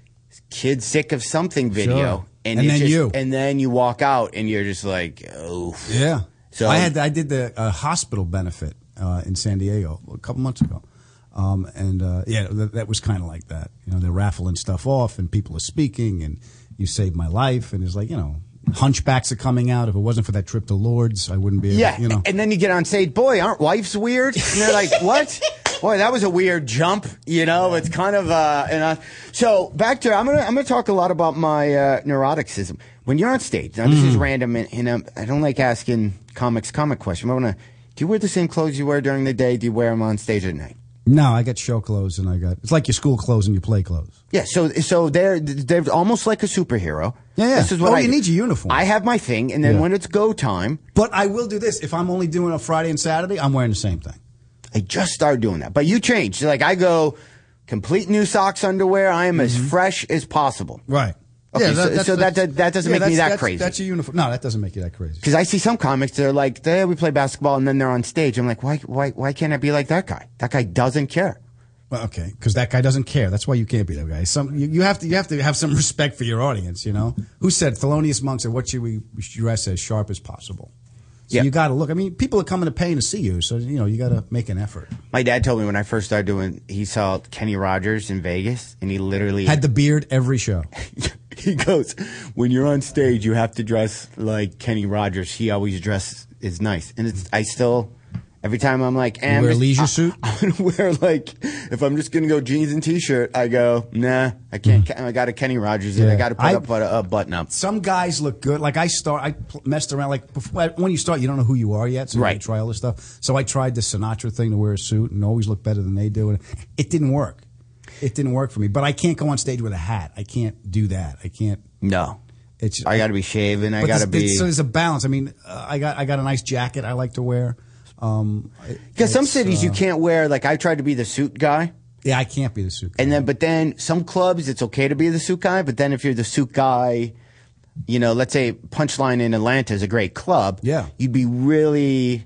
Speaker 10: kid sick of something video,
Speaker 11: Sure. And
Speaker 10: it
Speaker 11: then
Speaker 10: just-
Speaker 11: you.
Speaker 10: and then you walk out and you're just like oh
Speaker 11: Yeah.
Speaker 10: So-
Speaker 11: I had I did the uh, hospital benefit uh, in San Diego a couple months ago, um, and uh, yeah, that, that was kind of like that. You know, they're raffling stuff off, and people are speaking, and you saved my life, and it's like you know, hunchbacks are coming out. If it wasn't for that trip to Lourdes, I wouldn't be. Able,
Speaker 10: yeah
Speaker 11: you know.
Speaker 10: and then you get on stage boy aren't wives weird and they're
Speaker 11: (laughs)
Speaker 10: like what boy that was a weird jump you know it's kind of uh and uh, so back to I'm gonna I'm gonna talk a lot about my uh, neuroticism when you're on stage now this
Speaker 11: Mm.
Speaker 10: is random and, and um, I don't like asking comics comic question but I wanna do you wear the same clothes you wear during the day do you wear them on stage at night
Speaker 11: No, I got show clothes and I got it's like your school clothes and your play clothes.
Speaker 10: Yeah, so so they're they're almost like a superhero.
Speaker 11: Yeah, yeah.
Speaker 10: This is what
Speaker 11: Oh,
Speaker 10: I
Speaker 11: you
Speaker 10: do.
Speaker 11: need your uniform.
Speaker 10: I have my thing, and then
Speaker 11: Yeah.
Speaker 10: when it's go time,
Speaker 11: But I will do this if I'm only doing a Friday and Saturday. I'm wearing the same thing.
Speaker 10: I just started doing that. But you change. Like I go complete new socks, underwear. I am as fresh as possible.
Speaker 11: Mm-hmm. Right.
Speaker 10: Okay, so- so that- that- that doesn't make me
Speaker 11: that's-
Speaker 10: that
Speaker 11: that's-
Speaker 10: crazy.
Speaker 11: That's your uniform. No, that doesn't make you that crazy.
Speaker 10: Because I see some comics, they're like, "They we play basketball," and then they're on stage. I'm like, why, why, why can't I be like that guy? That guy doesn't care.
Speaker 11: Well, okay, because that guy doesn't care. That's why you can't be that guy. Some you, you have to you have to have some (laughs) respect for your audience. You know who said Thelonious Monk said, "What should we dress as sharp as possible?" So
Speaker 10: Yeah.
Speaker 11: you got to look. I mean, people are coming to pay to see you, so you know you got to make an effort.
Speaker 10: My dad told me when I first started doing, he saw Kenny Rogers in Vegas, and he literally
Speaker 11: Had the beard every show.
Speaker 10: (laughs) he goes, when you're on stage, you have to dress like Kenny Rogers. He always dresses is nice, and it's I still every time I'm like, eh, I'm
Speaker 11: wear a
Speaker 10: just- (laughs)
Speaker 11: leisure
Speaker 10: I-
Speaker 11: suit?
Speaker 10: I'm gonna wear like if I'm just gonna go jeans and t-shirt, I go, nah, I can't. I got a Kenny Rogers, and I
Speaker 11: Mm-hmm.
Speaker 10: got
Speaker 11: Yeah.
Speaker 10: to put
Speaker 11: I-
Speaker 10: up a, a button up.
Speaker 11: Some guys look good. Like I start, I pl- messed around. Like before, when you start, you don't know who you are yet, so you
Speaker 10: Right.
Speaker 11: gotta try all this stuff. So I tried the Sinatra thing to wear a suit and always look better than they do, and it didn't work. It didn't work for me. But I can't go on stage with a hat. I can't do that. I can't.
Speaker 10: No,
Speaker 11: It's
Speaker 10: I got to be shaven. I
Speaker 11: But
Speaker 10: got to
Speaker 11: this- this-
Speaker 10: be.
Speaker 11: So there's a balance. I mean, uh, I got I got a nice jacket I like to wear. Um,
Speaker 10: Because some
Speaker 11: it's,
Speaker 10: cities you
Speaker 11: uh,
Speaker 10: can't wear. Like I tried to be the suit guy,
Speaker 11: yeah, I can't be the suit.
Speaker 10: and then but then some clubs it's okay to be the suit guy. But then if you're the suit guy, you know, let's say Punchline in Atlanta is a great club.
Speaker 11: Yeah.
Speaker 10: you'd be really.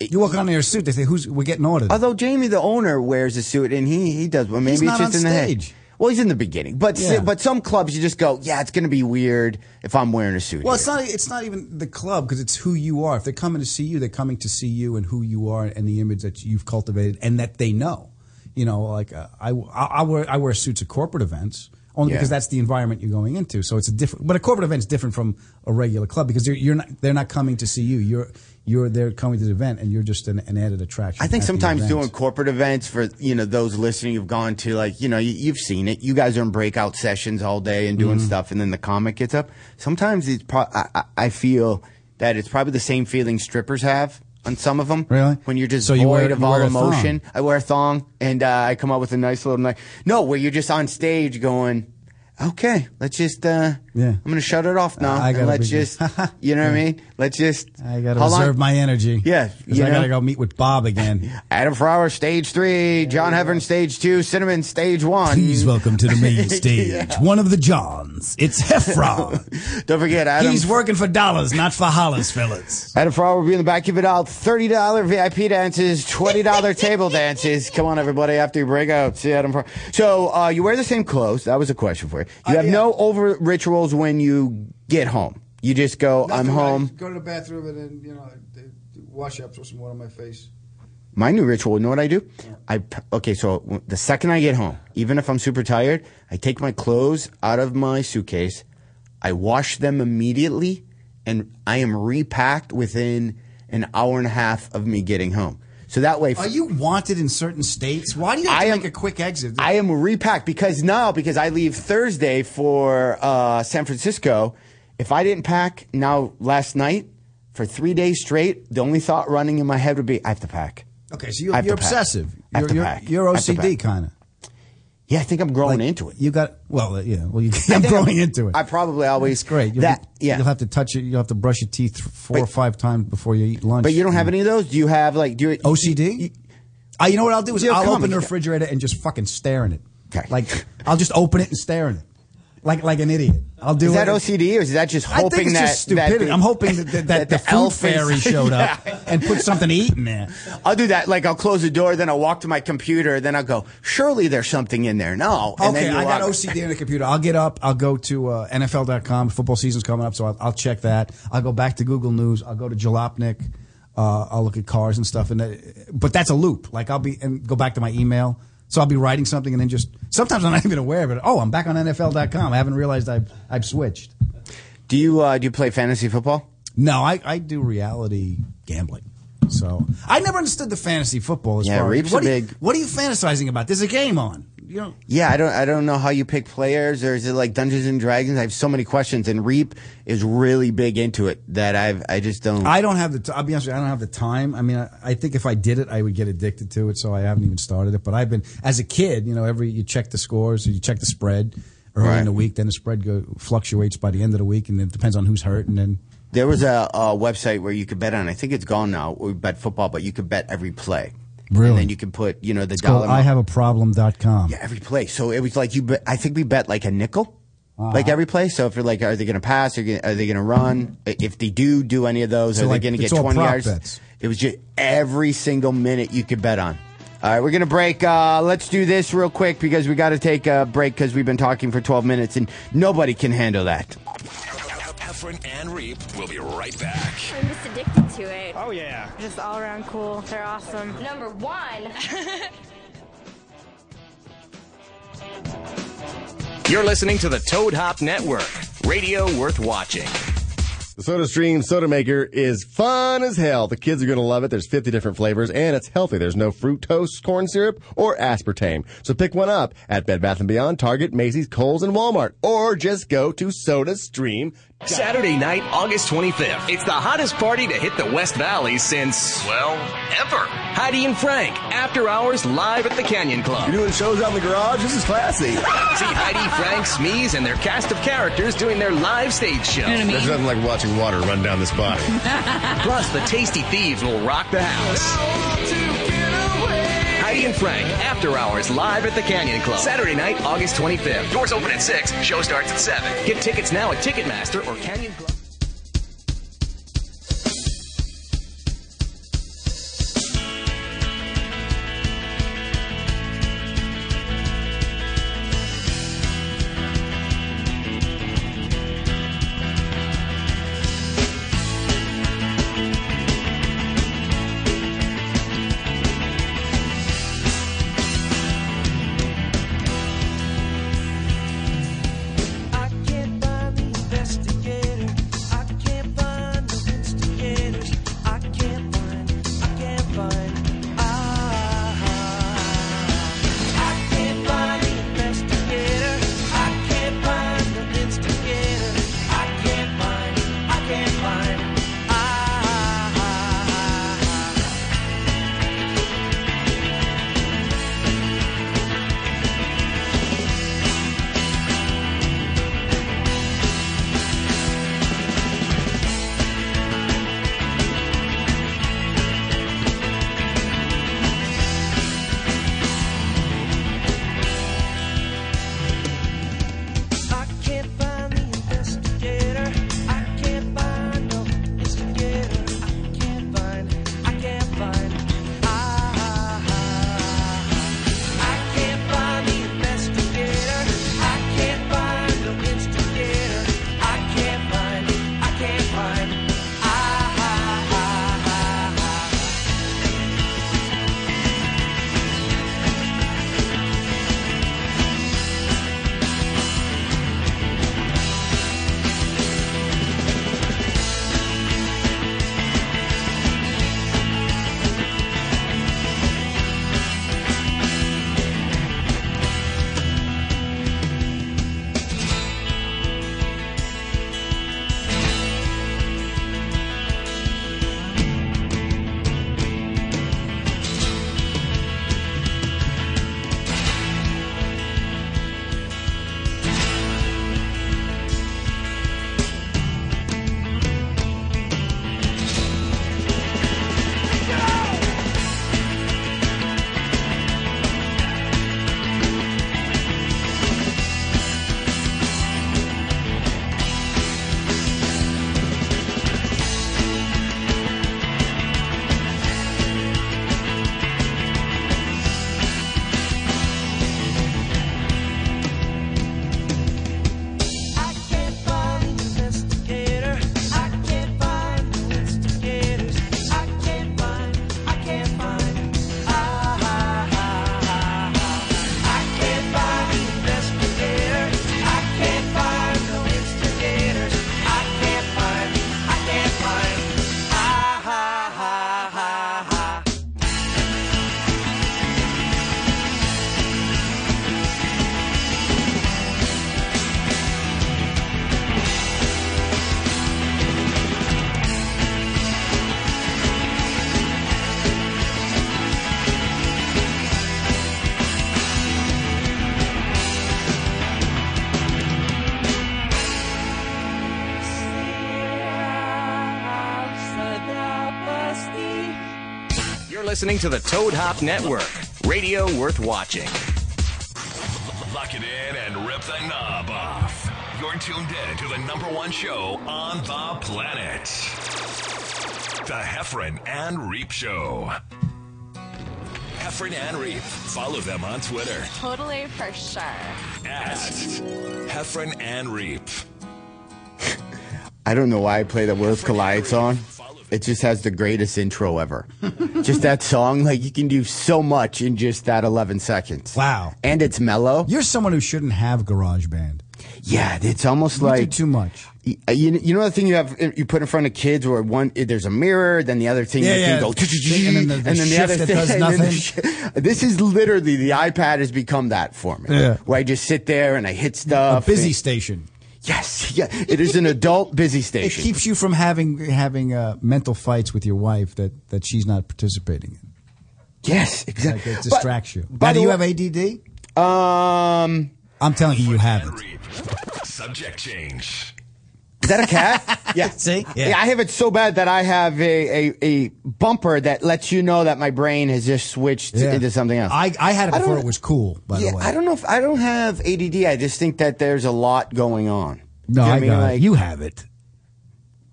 Speaker 11: you walk on in your suit. They say, "Who's we're getting ordered?"
Speaker 10: Although Jamie, the owner, wears a suit and he he does. Well, maybe
Speaker 11: He's
Speaker 10: it's
Speaker 11: not
Speaker 10: just
Speaker 11: on
Speaker 10: in the
Speaker 11: stage.
Speaker 10: head. Well, he's in the beginning, but
Speaker 11: Yeah.
Speaker 10: but some clubs you just go, yeah, it's gonna be weird if I'm wearing a suit.
Speaker 11: well,
Speaker 10: here."
Speaker 11: it's not it's not even the club because it's who you are. If they're coming to see you, they're coming to see you and who you are and the image that you've cultivated and that they know. You know, like uh, I, I I wear I wear suits at corporate events only
Speaker 10: Yeah.
Speaker 11: because that's the environment you're going into. So it's a different, but a corporate event's different from a regular club because you're, you're not they're not coming to see you. You're you're they're coming to the event and you're just an, an added attraction.
Speaker 10: I think
Speaker 11: at the
Speaker 10: sometimes
Speaker 11: event.
Speaker 10: doing corporate events for you know those listening who've gone to like you know you, you've seen it. You guys are in breakout sessions all day and
Speaker 11: Mm-hmm.
Speaker 10: doing stuff, and then the comic gets up. Sometimes it's pro- I, I- I feel that it's probably the same feeling strippers have on some of them.
Speaker 11: Really?
Speaker 10: when you're just
Speaker 11: So
Speaker 10: void
Speaker 11: you wear-
Speaker 10: of
Speaker 11: you
Speaker 10: all
Speaker 11: wear a thong.
Speaker 10: emotion. I wear a thong and uh, I come up with a nice little night. No, where you're just on stage going. Okay, let's just. Uh,
Speaker 11: Yeah.
Speaker 10: I'm gonna shut it off now.
Speaker 11: I
Speaker 10: and
Speaker 11: gotta
Speaker 10: let's
Speaker 11: be good.
Speaker 10: just. You know
Speaker 11: (laughs)
Speaker 10: what I mean? Let's just.
Speaker 11: I got to
Speaker 10: How long-
Speaker 11: reserve my energy.
Speaker 10: Yeah,
Speaker 11: 'Cause
Speaker 10: you
Speaker 11: I got to
Speaker 10: know?
Speaker 11: go meet with Bob
Speaker 10: (laughs)
Speaker 11: again.
Speaker 10: Adam Ferrara, stage three. John Heffern, stage two. Cinnamon, stage one.
Speaker 11: Please welcome to the
Speaker 10: (laughs)
Speaker 11: main stage one of the Johns. It's Heffron.
Speaker 10: Don't forget, (laughs) Adam.
Speaker 11: He's working for dollars, not for hollers, fellas.
Speaker 10: Adam Ferrara will be in the back. Keep it out. $30 VIP dances, $20 (laughs) table dances. Come on, everybody, after you break out. See Adam Ferrara. So, uh, you wear the same clothes. That was a question for you. You
Speaker 11: Uh,
Speaker 10: have
Speaker 11: yeah.
Speaker 10: no over rituals when you get home. You just go, I'm home.
Speaker 11: Go to the bathroom and then you know wash up, throw some water on my face.
Speaker 10: My new ritual, you know what I do? I p- okay, so w- the second I get home, even if I'm super tired, I take my clothes out of my suitcase, I wash them immediately, and I am repacked within an hour and a half of me getting home. So that way, f-
Speaker 11: Are you wanted in certain states? Why do you have
Speaker 10: I
Speaker 11: to
Speaker 10: am-
Speaker 11: make a quick exit?
Speaker 10: I am repacked because now because I leave Thursday for uh, San Francisco. If I didn't pack now last night for three days straight, the only thought running in my head would be I have to pack.
Speaker 11: okay, so
Speaker 10: I
Speaker 11: you're,
Speaker 10: have to
Speaker 11: you're
Speaker 10: pack.
Speaker 11: obsessive.
Speaker 10: I have
Speaker 11: You're,
Speaker 10: to
Speaker 11: you're,
Speaker 10: pack. I
Speaker 11: you're
Speaker 10: have to
Speaker 11: OCD
Speaker 10: pack.
Speaker 11: kind of.
Speaker 10: Yeah, I think I'm growing into it.
Speaker 11: You got well, uh, yeah. Well, you, (laughs) I'm growing into
Speaker 10: (laughs)
Speaker 11: it.
Speaker 10: I probably always
Speaker 11: It's great. You'll,
Speaker 10: that
Speaker 11: be-
Speaker 10: yeah.
Speaker 11: you'll have to touch it. You'll have to brush your teeth four or
Speaker 10: But-
Speaker 11: five times before you eat lunch.
Speaker 10: but you don't have any of those. Do you have like do you
Speaker 11: OCD. Ah, you know what I'll do is
Speaker 10: You're a
Speaker 11: I'll
Speaker 10: comic
Speaker 11: open the
Speaker 10: guy.
Speaker 11: refrigerator and just fucking stare in it.
Speaker 10: Okay.
Speaker 11: Like I'll just open it and stare in it, like like an idiot. I'll do
Speaker 10: Is that
Speaker 11: it.
Speaker 10: OCD or is that just hoping
Speaker 11: I think it's
Speaker 10: that
Speaker 11: just
Speaker 10: that
Speaker 11: stupidity.
Speaker 10: the-
Speaker 11: I'm hoping that, that, that, the, food
Speaker 10: elf is-
Speaker 11: fairy showed
Speaker 10: (laughs)
Speaker 11: up
Speaker 10: Yeah.
Speaker 11: and put something to eat in there.
Speaker 10: (laughs) I'll do that. Like I'll close the door, then I'll walk to my computer, then I'll go. Surely there's something in there. No. And
Speaker 11: okay,
Speaker 10: then you
Speaker 11: I got
Speaker 10: walk-
Speaker 11: OCD on the computer. I'll get up. I'll go to uh, NFL.com. Football season's coming up, so I'll, I'll check that. I'll go back to Google News. I'll go to Jalopnik. Uh, I'll look at cars and stuff. And that, but that's a loop. Like I'll be and go back to my email. So I'll be writing something and then just sometimes I'm not (laughs) even aware of it. Oh, I'm back on NFL.com. I haven't realized I've I've switched.
Speaker 10: Do you uh, do you play fantasy football?
Speaker 11: No, I, I do reality gambling. So I never understood the fantasy football. As
Speaker 10: Yeah,
Speaker 11: far
Speaker 10: Reap's
Speaker 11: what
Speaker 10: a
Speaker 11: are you-
Speaker 10: big-
Speaker 11: what are you fantasizing about? There's a game on. you know,
Speaker 10: Yeah, I don't I don't know how you pick players or is it like Dungeons and Dragons? I have so many questions and Reap is really big into it that I've I just don't
Speaker 11: I don't have the. T- I'll be honest with you. I don't have the time. I mean, I, I think if I did it, I would get addicted to it. So I haven't even started it. But I've been as a kid. You know, every you check the scores, or you check the spread early
Speaker 10: Right.
Speaker 11: in the week. Then the spread go, fluctuates by the end of the week, and it depends on who's hurt. And then
Speaker 10: There was a, a website where you could bet on. I think it's gone now. We bet football, but you could bet every play.
Speaker 11: Really?
Speaker 10: And then you could put, you know, the
Speaker 11: go
Speaker 10: dollar.
Speaker 11: I
Speaker 10: amount-
Speaker 11: have a problem.com.
Speaker 10: yeah, every play. So it was like you. Bet, I think we bet like a nickel,
Speaker 11: Uh-huh.
Speaker 10: like every play. So if you're like, are they going to pass? Are, gonna- are they going to run? If they do do any of those,
Speaker 11: So,
Speaker 10: are
Speaker 11: like,
Speaker 10: they going to
Speaker 11: it's
Speaker 10: get
Speaker 11: all
Speaker 10: twenty
Speaker 11: prop
Speaker 10: yards?
Speaker 11: bets.
Speaker 10: It was just every single minute you could bet on. All right, we're going to break. Uh, let's do this real quick because we got to take a break because we've been talking for 12 minutes and nobody can handle that.
Speaker 6: Heffron and Reap will be right back.
Speaker 9: I'm just addicted to it.
Speaker 7: Oh, yeah.
Speaker 9: Just all around cool. They're awesome. Number one.
Speaker 1: You're listening to the Toad Hop Network, radio worth watching.
Speaker 3: The SodaStream Soda Maker is fun as hell. The kids are going to love it. There's 50 different flavors and it's healthy. There's no fructose, corn syrup, or aspartame. So pick one up at Bed Bath & Beyond, Target, Macy's, Kohl's, and Walmart. Or just go to SodaStream.
Speaker 1: Saturday night, August 25th. It's the hottest party to hit the West Valley since, well, ever. Heidi and Frank, after hours live at the Canyon Club.
Speaker 3: You're doing shows out in the garage? This is classy.
Speaker 1: See Heidi, Frank, Smeeze, and their cast of characters doing their live stage show.
Speaker 3: There's nothing like watching water run down this body.
Speaker 1: Plus, the Tasty Thieves will rock the house. Heidi and Frank, after hours live at the Canyon Club. Saturday night, August 25th. Doors open at 6, show starts at 7. Get tickets now at Ticketmaster or Canyon Club.
Speaker 7: I can't find the investigator. ah, ah, ah,
Speaker 1: listening to the Toad Hop Network, radio worth watching.
Speaker 6: Lock it in and rip the knob off. You're tuned in to the number one show on the planet. The Heffron and Reap Show. Heffron and Reap. Follow them on Twitter
Speaker 8: Totally for sure.
Speaker 6: at Heffron and Reap.
Speaker 10: I don't know why I play the Worlds Collide song. It just has the greatest
Speaker 3: (laughs)
Speaker 10: intro ever. just that song, like you can do so much in just that 11 seconds.
Speaker 11: Wow.
Speaker 10: And it's mellow.
Speaker 11: You're someone who shouldn't have Garage Band.
Speaker 10: Yeah, it's almost
Speaker 11: You do
Speaker 10: like
Speaker 11: too much.
Speaker 10: Y- You, you know the thing you have you put in front of kids where one there's a mirror, then the other thing
Speaker 11: Yeah,
Speaker 10: that
Speaker 11: yeah.
Speaker 10: thing goes, (laughs)
Speaker 11: And then the- the shift that does
Speaker 10: and then the
Speaker 11: nothing.
Speaker 10: shi- this is literally the iPad has become that for me.
Speaker 11: Yeah.
Speaker 10: Where I just sit there and I hit stuff.
Speaker 11: a busy
Speaker 10: and-
Speaker 11: station.
Speaker 10: yes, yeah, it is an adult busy
Speaker 11: It
Speaker 10: station.
Speaker 11: keeps you from having having uh, mental fights with your wife that, that she's not participating in.
Speaker 10: yes,
Speaker 11: Like
Speaker 10: exactly.
Speaker 11: it distracts you.
Speaker 10: by
Speaker 11: Now,
Speaker 10: the
Speaker 11: do you
Speaker 10: way-
Speaker 11: have ADD?
Speaker 10: Um,
Speaker 11: I'm telling you, you haven't.
Speaker 6: Reap. Subject change.
Speaker 10: is that a
Speaker 11: (laughs)
Speaker 10: cat? yeah.
Speaker 11: See?
Speaker 10: Yeah. I have it so bad that I have a, a, a bumper that lets you know that my brain has just switched
Speaker 11: Yeah.
Speaker 10: into something else.
Speaker 11: I, I had it
Speaker 10: I don't-
Speaker 11: before it was cool, by
Speaker 10: yeah,
Speaker 11: the way.
Speaker 10: I don't know if I don't have ADD. I just think that there's a lot going on.
Speaker 11: No,
Speaker 10: You know what
Speaker 11: I
Speaker 10: mean?
Speaker 11: got it.
Speaker 10: Like,
Speaker 11: You have it.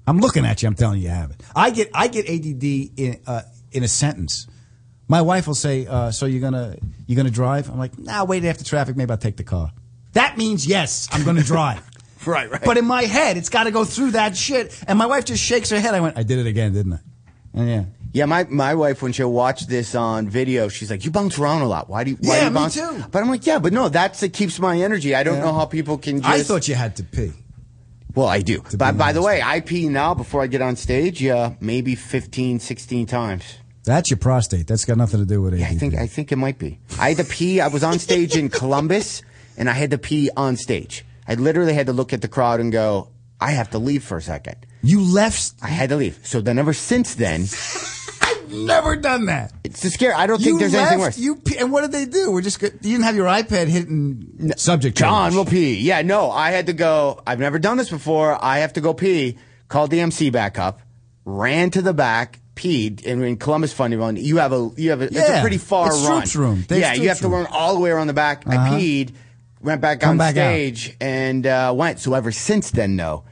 Speaker 11: I'm looking at you. I'm telling you, you have it. I get I get ADD in uh, in a sentence. My wife will say, uh, "So you're gonna you gonna drive?" I'm like, "Nah, wait after traffic. Maybe I'll take the car." That means yes, I'm gonna drive.
Speaker 10: (laughs) Right, right.
Speaker 11: But in my head, it's got to go through that shit. And my wife just shakes her head. I went, "I did it again, didn't I?" And yeah,
Speaker 10: yeah, my, my wife when she'll watch this on video, she's like, "You bounce around a lot. Why do you? Why
Speaker 11: Yeah,
Speaker 10: do you
Speaker 11: me
Speaker 10: bounce?"
Speaker 11: too.
Speaker 10: But I'm like, "Yeah, but no, that's it keeps my energy. I don't
Speaker 11: Yeah.
Speaker 10: know how people can." just...
Speaker 11: I thought you had to pee.
Speaker 10: Well, I do.
Speaker 11: To
Speaker 10: By,
Speaker 11: be
Speaker 10: by the way,
Speaker 11: honest.
Speaker 10: I pee now before I get on stage. Yeah, maybe 15, 16 times.
Speaker 11: That's your prostate. That's got nothing to do with ADD.
Speaker 10: Yeah, I think I think it might be. I had to pee. I was on stage
Speaker 11: (laughs)
Speaker 10: in Columbus, and I had to pee on stage. I literally had to look at the crowd and go, "I have to leave for a second.
Speaker 11: you left.
Speaker 10: I had to leave. So then, ever since then,
Speaker 11: Never done that.
Speaker 10: it's just scary. I don't think
Speaker 11: you
Speaker 10: there's
Speaker 11: left,
Speaker 10: anything worse.
Speaker 11: You pe- and what did they do? We're just go- you didn't have your iPad hitting subject.
Speaker 10: John
Speaker 11: change.
Speaker 10: will pee. Yeah, no, I had to go. I've never done this before. I have to go pee. Called the MC back up, ran to the back, peed, and in Columbus Funny Run, you have a you have a, it's a
Speaker 11: Yeah,
Speaker 10: pretty far
Speaker 11: it's
Speaker 10: run.
Speaker 11: Stroop's room. Dave's
Speaker 10: yeah, you have
Speaker 11: Stroop's
Speaker 10: to
Speaker 11: room.
Speaker 10: run all the way around the back. I
Speaker 11: Uh-huh.
Speaker 10: peed, went back
Speaker 11: Come
Speaker 10: on
Speaker 11: back out.
Speaker 10: stage, and uh, went. So ever since then, though.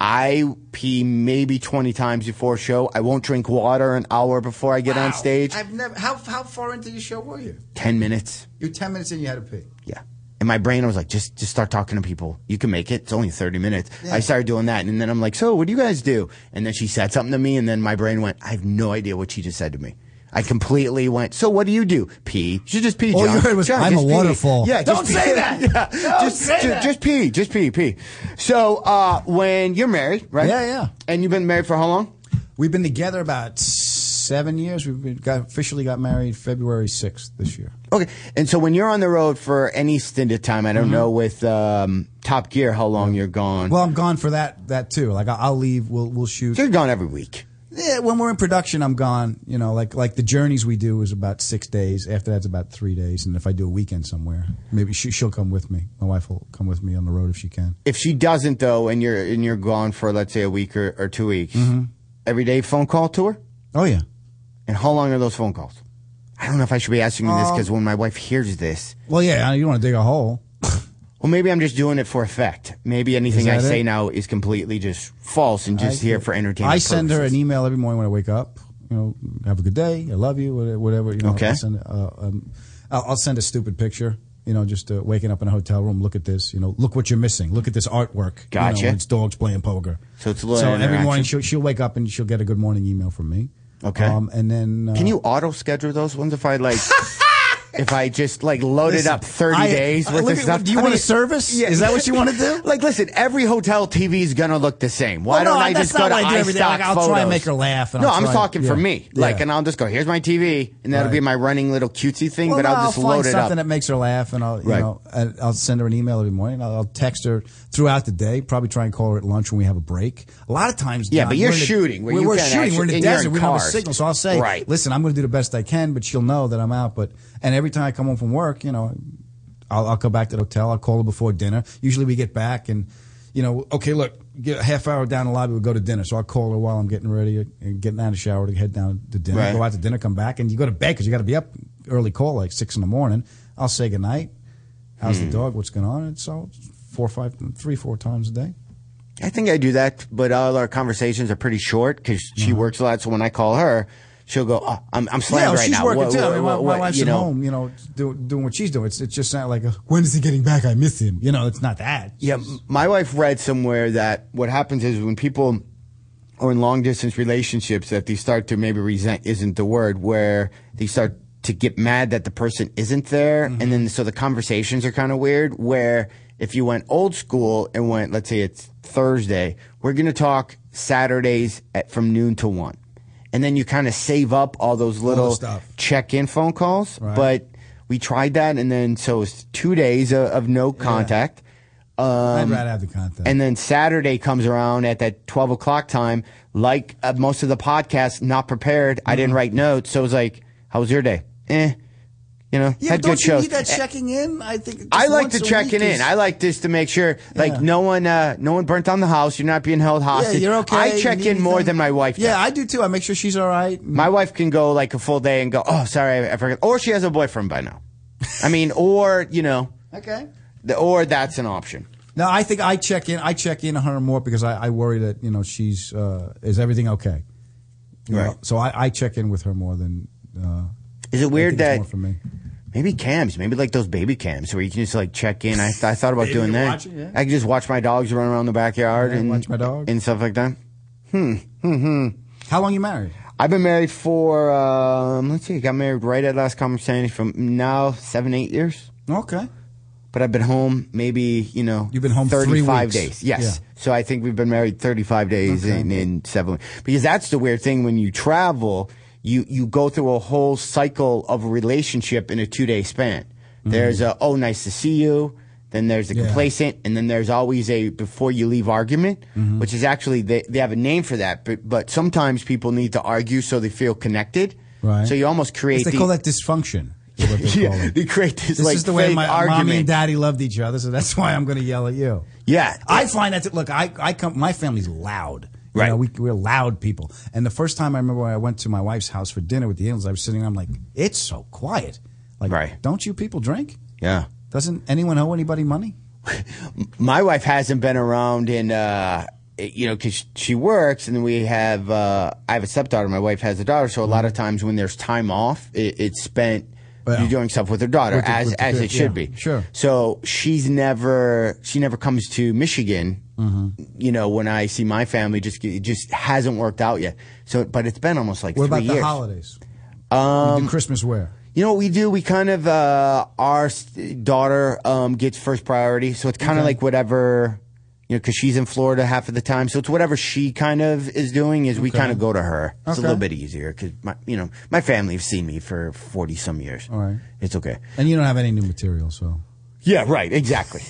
Speaker 10: I pee maybe 20 times before a show. I won't drink water an hour before I get on
Speaker 11: Wow.
Speaker 10: stage.
Speaker 11: I've never. How how far into your show were you?
Speaker 10: 10 minutes.
Speaker 11: You're ten minutes in. You had to pee.
Speaker 10: Yeah. In my brain, I was like, just just start talking to people. You can make it. It's only thirty minutes.
Speaker 11: Yeah.
Speaker 10: I started doing that, and then I'm like, so what do you guys do? And then she said something to me, and then my brain went, I have no idea what she just said to me. I completely went. So what do you do? Pee. She just pee.
Speaker 11: All
Speaker 10: John.
Speaker 11: you heard was,
Speaker 10: John,
Speaker 11: "I'm
Speaker 10: just
Speaker 11: a
Speaker 10: pee."
Speaker 11: waterfall.
Speaker 10: Yeah.
Speaker 11: Don't
Speaker 10: pee.
Speaker 11: say (laughs) that.
Speaker 10: Yeah.
Speaker 11: Don't
Speaker 10: just,
Speaker 11: say
Speaker 10: ju-
Speaker 11: that.
Speaker 10: just pee. Just pee. Pee. So uh, when you're married, right?
Speaker 11: Yeah, yeah.
Speaker 10: And you've been married for how long?
Speaker 11: We've been together about seven years. We've been got, officially got married February sixth this year.
Speaker 10: Okay. And so when you're on the road for any stint of time, I don't know with um, Top Gear how long you're gone.
Speaker 11: Well, I'm gone for that that too. Like I- I'll leave. We'll we'll shoot.
Speaker 10: you're gone every week.
Speaker 11: Yeah, when we're in production, I'm gone. You know, like like the journeys we do is about six days. After that's about three days, and if I do a weekend somewhere, maybe she, she'll come with me. My wife will come with me on the road if she can.
Speaker 10: if she doesn't though, and you're and you're gone for let's say a week or, or two weeks, every day phone call to her,
Speaker 11: Oh yeah.
Speaker 10: and how long are those phone calls? I don't know if I should be asking you this because when my wife hears this,
Speaker 11: Well, yeah. You don't want to dig a hole.
Speaker 10: well, maybe I'm just doing it for effect. Maybe anything I
Speaker 11: that
Speaker 10: say
Speaker 11: it?
Speaker 10: now is completely just false and just here for entertainment.
Speaker 11: I send her an
Speaker 10: purposes.
Speaker 11: email every morning when I wake up. You know, have a good day. I love you. whate- Whatever. You know,
Speaker 10: Okay.
Speaker 11: I'll send, uh, um, I'll, I'll send a stupid picture. You know, just uh, waking up in a hotel room. Look at this. You know, look what you're missing. Look at this artwork.
Speaker 10: Gotcha.
Speaker 11: You know, it's dogs playing poker.
Speaker 10: So it's a little
Speaker 11: every
Speaker 10: interaction.
Speaker 11: morning she'll she'll wake up and she'll get a good morning email from me.
Speaker 10: Okay.
Speaker 11: and then uh,
Speaker 10: Can you auto schedule those ones if I
Speaker 11: (laughs)
Speaker 10: like? If I just like loaded
Speaker 11: Listen,
Speaker 10: up thirty
Speaker 11: I-
Speaker 10: days
Speaker 11: I-
Speaker 10: worth
Speaker 11: look
Speaker 10: of
Speaker 11: at-
Speaker 10: stuff,
Speaker 11: do you
Speaker 10: I
Speaker 11: want a service? Is that what you wanna do?
Speaker 10: (laughs) like, listen, every hotel TV is gonna look the same. Why
Speaker 11: Well, no,
Speaker 10: don't I
Speaker 11: that's
Speaker 10: just go
Speaker 11: not
Speaker 10: to
Speaker 11: what I do every day.
Speaker 10: iStock
Speaker 11: Like, I'll try and
Speaker 10: photos?
Speaker 11: make her laugh, and
Speaker 10: no,
Speaker 11: I'll
Speaker 10: I'm
Speaker 11: try-
Speaker 10: talking for
Speaker 11: yeah.
Speaker 10: me. Like,
Speaker 11: Yeah.
Speaker 10: and I'll just go, here's my TV, and that'll be
Speaker 11: Right.
Speaker 10: my running little cutesy thing. but
Speaker 11: Well, no,
Speaker 10: I'll just
Speaker 11: find
Speaker 10: load it
Speaker 11: something
Speaker 10: up.
Speaker 11: that makes her laugh, and I'll you
Speaker 10: Right.
Speaker 11: know I- I'll send her an email every morning. I'll, I'll text her throughout the day. Probably try and call her at lunch when we have a break. A lot of times,
Speaker 10: Yeah,
Speaker 11: John,
Speaker 10: but you're
Speaker 11: we're in the-
Speaker 10: shooting where
Speaker 11: we're,
Speaker 10: you
Speaker 11: we're
Speaker 10: can't
Speaker 11: shooting.
Speaker 10: actually-
Speaker 11: we're in the
Speaker 10: and you're
Speaker 11: desert.
Speaker 10: in
Speaker 11: we don't have a
Speaker 10: cars.
Speaker 11: signal, so I'll say,
Speaker 10: Right.
Speaker 11: listen, I'm going to do the best I can, but she'll know that I'm out. But and every time I come home from work, you know, I'll, I'll go back to the hotel. I'll call her before dinner. Usually we get back and you know, okay, look. get a half hour down the lobby, we go to dinner. So I'll call her while I'm getting ready and getting out of the shower to head down to dinner.
Speaker 10: Right.
Speaker 11: Go out to dinner, come back, and you go to bed because you got to be up early call, like six in the morning. I'll say goodnight. How's
Speaker 10: Hmm.
Speaker 11: the dog? What's going on? And so it's four, five, three, four times a day.
Speaker 10: I think I do that, but all our conversations are pretty short because she works a lot. So when I call her, she'll go, oh, I'm, I'm slammed
Speaker 11: Mm-hmm. yeah,
Speaker 10: right
Speaker 11: she's
Speaker 10: now.
Speaker 11: working
Speaker 10: What-
Speaker 11: too. I
Speaker 10: what-
Speaker 11: mean, my,
Speaker 10: what-
Speaker 11: my
Speaker 10: what,"
Speaker 11: wife's
Speaker 10: you
Speaker 11: at
Speaker 10: know?
Speaker 11: home, you know, do, doing what she's doing. It's, it's just not like, a, when is he getting back? I miss him. You know, it's not that.
Speaker 10: Yeah, m- my wife read somewhere that what happens is when people are in long distance relationships, that they start to maybe resent isn't the word, where they start to get mad that the person isn't there,
Speaker 11: Mm-hmm.
Speaker 10: and then so the conversations are kind of weird. Where if you went old school and went, let's say it's Thursday, we're going to talk Saturdays at, from noon to one, and then you kind of save up all those
Speaker 11: the
Speaker 10: little
Speaker 11: stuff.
Speaker 10: check in phone calls,
Speaker 11: Right.
Speaker 10: but. We tried that, and then so it's two days of, of no contact. Um,
Speaker 11: rather have the contact.
Speaker 10: And then Saturday comes around at that 12 o'clock time. Like uh, most of the podcasts, not prepared. I didn't write notes. So it was like, how was your day? Eh. You know,
Speaker 11: Yeah,
Speaker 10: had
Speaker 11: but don't
Speaker 10: good
Speaker 11: you
Speaker 10: shows.
Speaker 11: need that
Speaker 10: Eh,
Speaker 11: checking in? I think
Speaker 10: I
Speaker 11: just
Speaker 10: like
Speaker 11: once
Speaker 10: the
Speaker 11: a
Speaker 10: checking
Speaker 11: week
Speaker 10: in.
Speaker 11: is-
Speaker 10: I like this to make sure, like
Speaker 11: Yeah.
Speaker 10: no one, uh, no one burnt down the house. You're not being held hostage.
Speaker 11: you're okay.
Speaker 10: I
Speaker 11: You
Speaker 10: check
Speaker 11: need
Speaker 10: in more
Speaker 11: anything?
Speaker 10: than my wife.
Speaker 11: Yeah,
Speaker 10: does.
Speaker 11: I do too. I make sure she's all right.
Speaker 10: My wife can go like a full day and go, oh, sorry, I forgot. Or she has a boyfriend by now. I mean, or you know,
Speaker 11: Okay.
Speaker 10: the, or that's an option.
Speaker 11: No, I think I check in. I check in on her more because I, I worry that you know she's uh, is everything okay. You
Speaker 10: Right.
Speaker 11: know, So I, I check in with her more than. Uh,
Speaker 10: Is it weird
Speaker 11: I think it's
Speaker 10: that-
Speaker 11: more for me?
Speaker 10: Maybe cams, maybe like those baby cams where you can just like check in. I, I thought about
Speaker 11: Baby
Speaker 10: doing
Speaker 11: can
Speaker 10: that.
Speaker 11: watch it, yeah.
Speaker 10: I can just watch my dogs run around the backyard
Speaker 11: Yeah,
Speaker 10: and
Speaker 11: watch my dog.
Speaker 10: and stuff like that. Hmm. Hmm. Hmm.
Speaker 11: How long you married?
Speaker 10: I've been married for um, let's see, I got married right at last conversation from now seven eight years.
Speaker 11: Okay.
Speaker 10: But I've been home maybe you know
Speaker 11: You've been home
Speaker 10: thirty
Speaker 11: three
Speaker 10: five
Speaker 11: weeks.
Speaker 10: days. Yes.
Speaker 11: Yeah.
Speaker 10: So I think we've been married thirty five days in, in seven because that's the weird thing when you travel, you you go through a whole cycle of a relationship in a two day span. There's a oh nice to see you. Then there's the
Speaker 11: Mm-hmm. Yeah.
Speaker 10: complacent, and then there's always a before you leave argument,
Speaker 11: Mm-hmm.
Speaker 10: which is actually they, they have a name for that. But but sometimes people need to argue so they feel connected.
Speaker 11: Right.
Speaker 10: So you almost create
Speaker 11: They
Speaker 10: the-
Speaker 11: call that dysfunction. is (laughs) what they
Speaker 10: (laughs) Yeah,
Speaker 11: call it.
Speaker 10: they create this,
Speaker 11: This
Speaker 10: like,
Speaker 11: is the way
Speaker 10: fake
Speaker 11: my mommy
Speaker 10: argument.
Speaker 11: and daddy loved each other, so that's (laughs) why I'm going to yell at you.
Speaker 10: yeah.
Speaker 11: I find that look, I, I come, my family's loud. You
Speaker 10: Right.
Speaker 11: know, we, we're loud people. And the first time I remember when I went to my wife's house for dinner with the Indians, I was sitting there, I'm like, it's so quiet. Like,
Speaker 10: Right.
Speaker 11: don't you people drink?
Speaker 10: Yeah.
Speaker 11: Doesn't anyone owe anybody money?
Speaker 10: my wife hasn't been around in uh you know because she works and then we have uh i have a stepdaughter my wife has a daughter so a lot of times when there's time off it, it's spent
Speaker 11: Well,
Speaker 10: you're doing stuff with her daughter
Speaker 11: with the-
Speaker 10: as
Speaker 11: with the
Speaker 10: as
Speaker 11: kid,
Speaker 10: it should
Speaker 11: yeah,
Speaker 10: be
Speaker 11: sure.
Speaker 10: so she's never she never comes to michigan
Speaker 11: Mm-hmm.
Speaker 10: you know when i see my family just it just hasn't worked out yet so but it's been almost like
Speaker 11: What
Speaker 10: three
Speaker 11: about the
Speaker 10: years
Speaker 11: holidays?
Speaker 10: um
Speaker 11: You do Christmas where?
Speaker 10: you know what we do? We kind of uh, our s- daughter um, gets first priority, so it's kind of
Speaker 11: Okay.
Speaker 10: like whatever you know, because she's in Florida half of the time, so it's whatever she kind of is doing is we
Speaker 11: Okay.
Speaker 10: kind of go to her. It's a
Speaker 11: Okay.
Speaker 10: little bit easier because my you know my family have seen me for forty some years.
Speaker 11: All right.
Speaker 10: It's okay.
Speaker 11: And you don't have any new material, so.
Speaker 10: Yeah, right.
Speaker 11: (laughs)
Speaker 10: Exactly.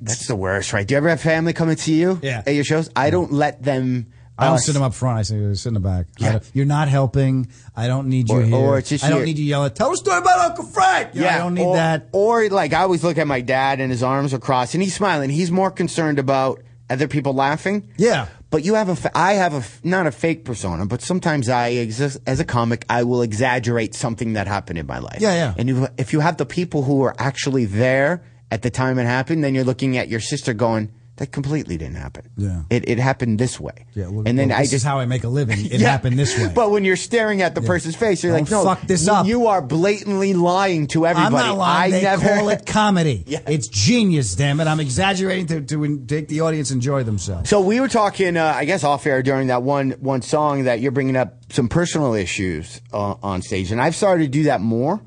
Speaker 10: That's the worst, right? Do you ever have family come and see you?
Speaker 11: Yeah.
Speaker 10: At your shows, I don't let them.
Speaker 11: I don't
Speaker 10: uh,
Speaker 11: sit them up front. I say, sit in the back. I
Speaker 10: Yeah.
Speaker 11: don't- you're not helping. I don't need you
Speaker 10: Or-
Speaker 11: here.
Speaker 10: or it's just
Speaker 11: I don't
Speaker 10: your-
Speaker 11: need you yelling, tell a story about Uncle Frank. You know, I don't need
Speaker 10: or,
Speaker 11: that.
Speaker 10: Or like I always look at my dad and his arms are crossed and he's smiling. He's more concerned about other people laughing.
Speaker 11: Yeah.
Speaker 10: But you have a, fa- I have a, f- not a fake persona, but sometimes I exist as a comic. I will exaggerate something that happened in my life.
Speaker 11: Yeah, yeah.
Speaker 10: And you, if you have the people who are actually there at the time it happened, then you're looking at your sister going, that completely didn't happen.
Speaker 11: Yeah.
Speaker 10: It, it happened this way.
Speaker 11: Yeah, well,
Speaker 10: and then
Speaker 11: well,
Speaker 10: I
Speaker 11: this
Speaker 10: just
Speaker 11: is how I make a living. It
Speaker 10: (laughs) Yeah.
Speaker 11: happened this way.
Speaker 10: But when you're staring at the
Speaker 11: Yeah.
Speaker 10: person's face, you're like,
Speaker 11: Don't
Speaker 10: no,
Speaker 11: fuck this
Speaker 10: you,
Speaker 11: up."
Speaker 10: you are blatantly lying to everybody.
Speaker 11: I'm not lying.
Speaker 10: I
Speaker 11: they
Speaker 10: never
Speaker 11: call
Speaker 10: (laughs)
Speaker 11: it comedy.
Speaker 10: Yeah.
Speaker 11: It's genius, damn it. I'm exaggerating to, to en- make the audience enjoy themselves.
Speaker 10: So we were talking, uh, I guess, off air during that one one song that you're bringing up some personal issues uh, on stage, and I've started to do that more.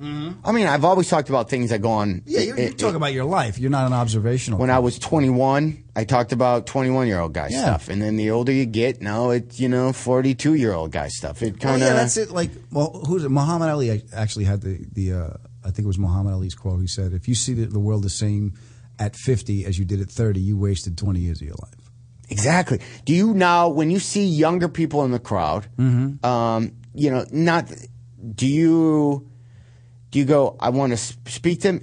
Speaker 10: I mean, I've always talked about things that go on.
Speaker 11: Mm-hmm. Yeah, you're,
Speaker 10: i-
Speaker 11: you're
Speaker 10: i-
Speaker 11: talking about your life. You're not an observational.
Speaker 10: when I was 21, I talked about 21 year old guy
Speaker 11: Yeah.
Speaker 10: stuff, and then the older you get, now it's you know 42 year old guy stuff. It
Speaker 11: Well,
Speaker 10: kind of
Speaker 11: yeah, that's it. Like, well, who's it? Muhammad Ali ac- actually had the the uh, I think it was Muhammad Ali's quote. He said, "If you see the, the world the same at 50 as you did at 30, you wasted 20 years of your life."
Speaker 10: Exactly. Do you now, when you see younger people in the crowd,
Speaker 11: Mm-hmm.
Speaker 10: um, you know, not do you do you go? I want to speak to them,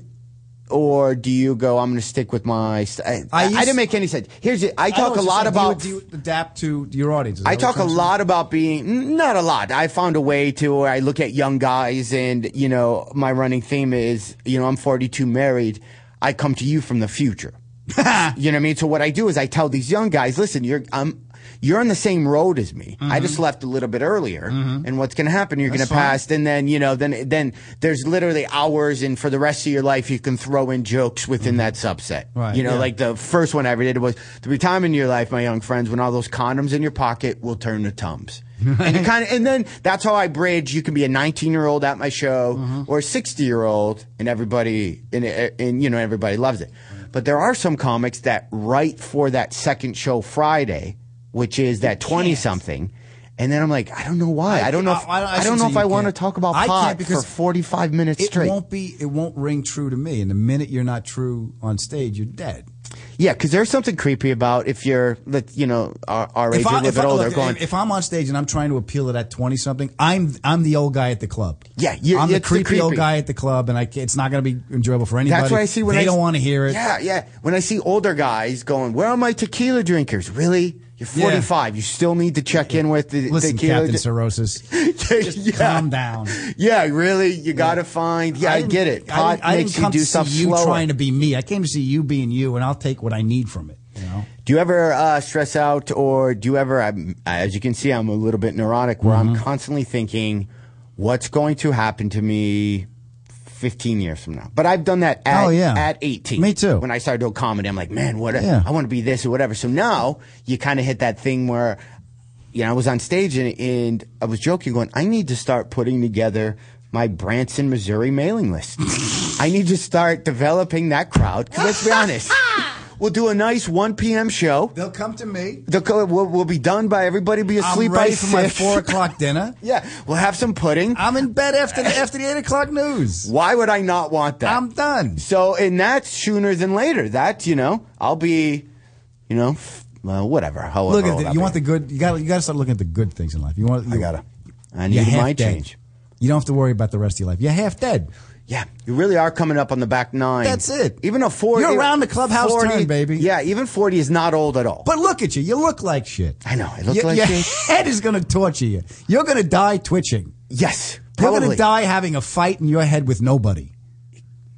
Speaker 10: or do you go? I'm going to stick with my. St- I, I,
Speaker 11: used-
Speaker 10: I didn't make any sense. Here's it. I
Speaker 11: know
Speaker 10: talk
Speaker 11: what
Speaker 10: a
Speaker 11: you're
Speaker 10: lot
Speaker 11: saying. Do you-
Speaker 10: about.
Speaker 11: do you adapt to your audience. Is
Speaker 10: I
Speaker 11: that what
Speaker 10: talk a
Speaker 11: you're saying?
Speaker 10: lot about being n- not a lot. I found a way to where I look at young guys, and you know, my running theme is, you know, I'm 42, married. I come to you from the
Speaker 11: (laughs)
Speaker 10: future. you know what I mean? So what I do is I tell these young guys, listen, you're I'm you're on the same road as me. I just left a little bit earlier, and what's going to happen? You're going to
Speaker 11: Mm-hmm. That's fine.
Speaker 10: pass, and then you know, then then there's literally hours, and for the rest of your life, you can throw in jokes within that subset.
Speaker 11: Mm-hmm. Right,
Speaker 10: You know,
Speaker 11: yeah.
Speaker 10: like the first one I ever did was there'll be time in your life, my young friends, when all those condoms in your pocket will turn to
Speaker 11: (laughs)
Speaker 10: tums. and it kind of, and then that's how I bridge. You can be a 19 year old at my show
Speaker 11: Mm-hmm.
Speaker 10: or a 60 year old, and everybody, and, and you know everybody loves it. But there are some comics that write for that second show Friday, which is that 20 something. And then I'm like, I don't know why. I, don't know. If, I, don't
Speaker 11: shouldn't
Speaker 10: know
Speaker 11: say
Speaker 10: if
Speaker 11: you
Speaker 10: I want to
Speaker 11: can't.
Speaker 10: talk about
Speaker 11: I
Speaker 10: pot
Speaker 11: can't because
Speaker 10: for 45 minutes
Speaker 11: it
Speaker 10: straight.
Speaker 11: won't be. It won't ring true to me. And the minute you're not true on stage, you're dead.
Speaker 10: Yeah, because there's something creepy about if you're, let- you know, our, our age,
Speaker 11: If,
Speaker 10: you're a
Speaker 11: I,
Speaker 10: little
Speaker 11: if,
Speaker 10: bit
Speaker 11: I,
Speaker 10: older,
Speaker 11: look,
Speaker 10: going.
Speaker 11: if I'm on stage and I'm trying to appeal to that twenty something, I'm I'm the old guy at the club.
Speaker 10: Yeah, you're-
Speaker 11: I'm the
Speaker 10: it's the
Speaker 11: creepy, old
Speaker 10: creepy.
Speaker 11: guy at the club, and I ca- it's not going to be enjoyable for anybody.
Speaker 10: That's what I see when
Speaker 11: they
Speaker 10: I
Speaker 11: don't want to hear it.
Speaker 10: Yeah, yeah. When I see older guys going, "Where are my tequila drinkers?" Really, you're
Speaker 11: Yeah.
Speaker 10: 45. You still need to check in with the
Speaker 11: Listen,
Speaker 10: tequila.
Speaker 11: Captain
Speaker 10: dri-
Speaker 11: Cirrhosis,
Speaker 10: (laughs)
Speaker 11: just
Speaker 10: Yeah.
Speaker 11: calm down.
Speaker 10: yeah, really, you got to find. Yeah, I,
Speaker 11: didn't-
Speaker 10: get it.
Speaker 11: I,
Speaker 10: Pot
Speaker 11: didn't- I
Speaker 10: makes
Speaker 11: didn't come
Speaker 10: you do
Speaker 11: to
Speaker 10: stuff
Speaker 11: see you
Speaker 10: slower.
Speaker 11: trying to be me. I came to see you being you, and I'll take what I need from it. You know.
Speaker 10: Do you ever uh, stress out, or do you ever? I'm, as you can see, I'm a little bit neurotic, where
Speaker 11: Mm-hmm.
Speaker 10: I'm constantly thinking, "What's going to happen to me?" 15 years from now. But I've done that at,
Speaker 11: Oh, yeah.
Speaker 10: at 18.
Speaker 11: Me too.
Speaker 10: When I started doing comedy, I'm like, man, what? a-
Speaker 11: Yeah.
Speaker 10: I want to be this or whatever. So now you kind of hit that thing where, you know, I was on stage and, and I was joking, going, I need to start putting together my Branson, Missouri mailing list. I need to start developing that crowd. 'Cause let's be honest, we'll do a nice 1 p.m. show.
Speaker 11: They'll come to me.
Speaker 10: The co- we'll, we'll be done by everybody be
Speaker 11: I'm
Speaker 10: asleep
Speaker 11: ready
Speaker 10: by
Speaker 11: for my
Speaker 10: six.
Speaker 11: four o'clock dinner.
Speaker 10: (laughs) yeah, we'll have some pudding.
Speaker 11: I'm in bed after the, after the eight o'clock news.
Speaker 10: Why would I not want that?
Speaker 11: I'm done.
Speaker 10: So, and that's sooner than later. That you know, I'll be, you know, f- well, whatever. However,
Speaker 11: Look at
Speaker 10: old
Speaker 11: the,
Speaker 10: I'll
Speaker 11: you want
Speaker 10: be.
Speaker 11: the good. You got you got to start looking at the good things in life. You want. You,
Speaker 10: I gotta. I
Speaker 11: You're
Speaker 10: need
Speaker 11: half
Speaker 10: my
Speaker 11: dead.
Speaker 10: change.
Speaker 11: You don't have to worry about the rest of your life. You're half dead.
Speaker 10: Yeah, you really are coming up on the back nine.
Speaker 11: That's it.
Speaker 10: Even a forty.
Speaker 11: You're around the clubhouse turn, baby.
Speaker 10: Yeah, even forty is not old at all.
Speaker 11: But look at you. You look like shit.
Speaker 10: I know, I look
Speaker 11: Your-
Speaker 10: like
Speaker 11: your
Speaker 10: shit.
Speaker 11: head is going to torture you. You're going to die twitching.
Speaker 10: yes,
Speaker 11: You're going
Speaker 10: probably
Speaker 11: to die having a fight in your head with nobody.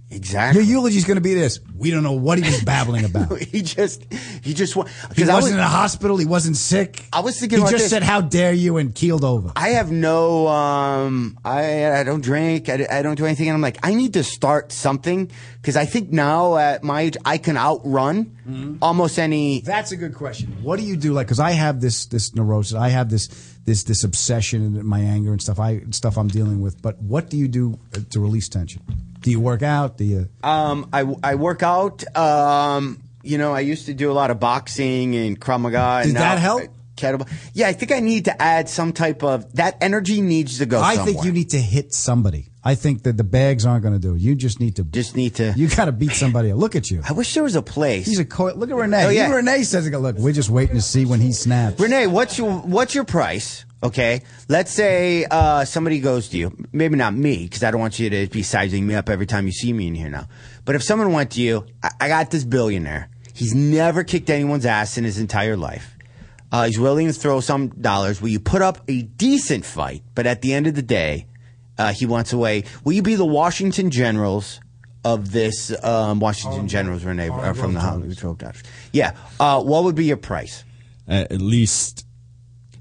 Speaker 11: Your
Speaker 10: exactly.
Speaker 11: eulogy's going to be this. We don't know what he was
Speaker 10: (laughs)
Speaker 11: babbling about.
Speaker 10: he just, he just wa-
Speaker 11: He
Speaker 10: 'cause
Speaker 11: wasn't
Speaker 10: I was-
Speaker 11: in a hospital. He wasn't sick.
Speaker 10: I was thinking
Speaker 11: He
Speaker 10: about
Speaker 11: just
Speaker 10: this.
Speaker 11: said, "How dare you?" and keeled over.
Speaker 10: I have no, um, I, I don't drink. I, I don't do anything. And I'm like, I need to start something because I think now at my age, I can outrun
Speaker 11: Mm-hmm.
Speaker 10: almost any.
Speaker 11: That's a good question. What do you do? Like, because I have this this neurosis. I have this this this obsession and my anger and stuff. I stuff I'm dealing with. But what do you do uh, to release tension? Do you work out? Do you?
Speaker 10: Um, I, I work out. Um, you know, I used to do a lot of boxing and Krav Maga. and
Speaker 11: Did that
Speaker 10: now- uh,
Speaker 11: help?
Speaker 10: Kettlebell. Yeah, I think I need to add some type of that energy needs to go.
Speaker 11: I think
Speaker 10: somewhere.
Speaker 11: you need to hit somebody. I think that the bags aren't going to do. it. You just need to.
Speaker 10: Just need to-
Speaker 11: You got to beat somebody. up. Look at you.
Speaker 10: I wish there was a place.
Speaker 11: He's a co- look at Renee.
Speaker 10: Oh, yeah.
Speaker 11: Even Renee says, "Look, we're just waiting to see when he snaps."
Speaker 10: Renee, what's your what's your price? Okay, let's say uh, somebody goes to you. Maybe not me, because I don't want you to be sizing me up every time you see me in here now. But if someone went to you, I, I got this billionaire. He's never kicked anyone's ass in his entire life. Uh, he's willing to throw some dollars. Will you put up a decent fight? But at the end of the day, uh, he wants away. Will you be the Washington Generals of this um, Washington Generals, Renee, uh, from the Hollywood Globetrotters? Yeah. Uh, what would be your price?
Speaker 12: at least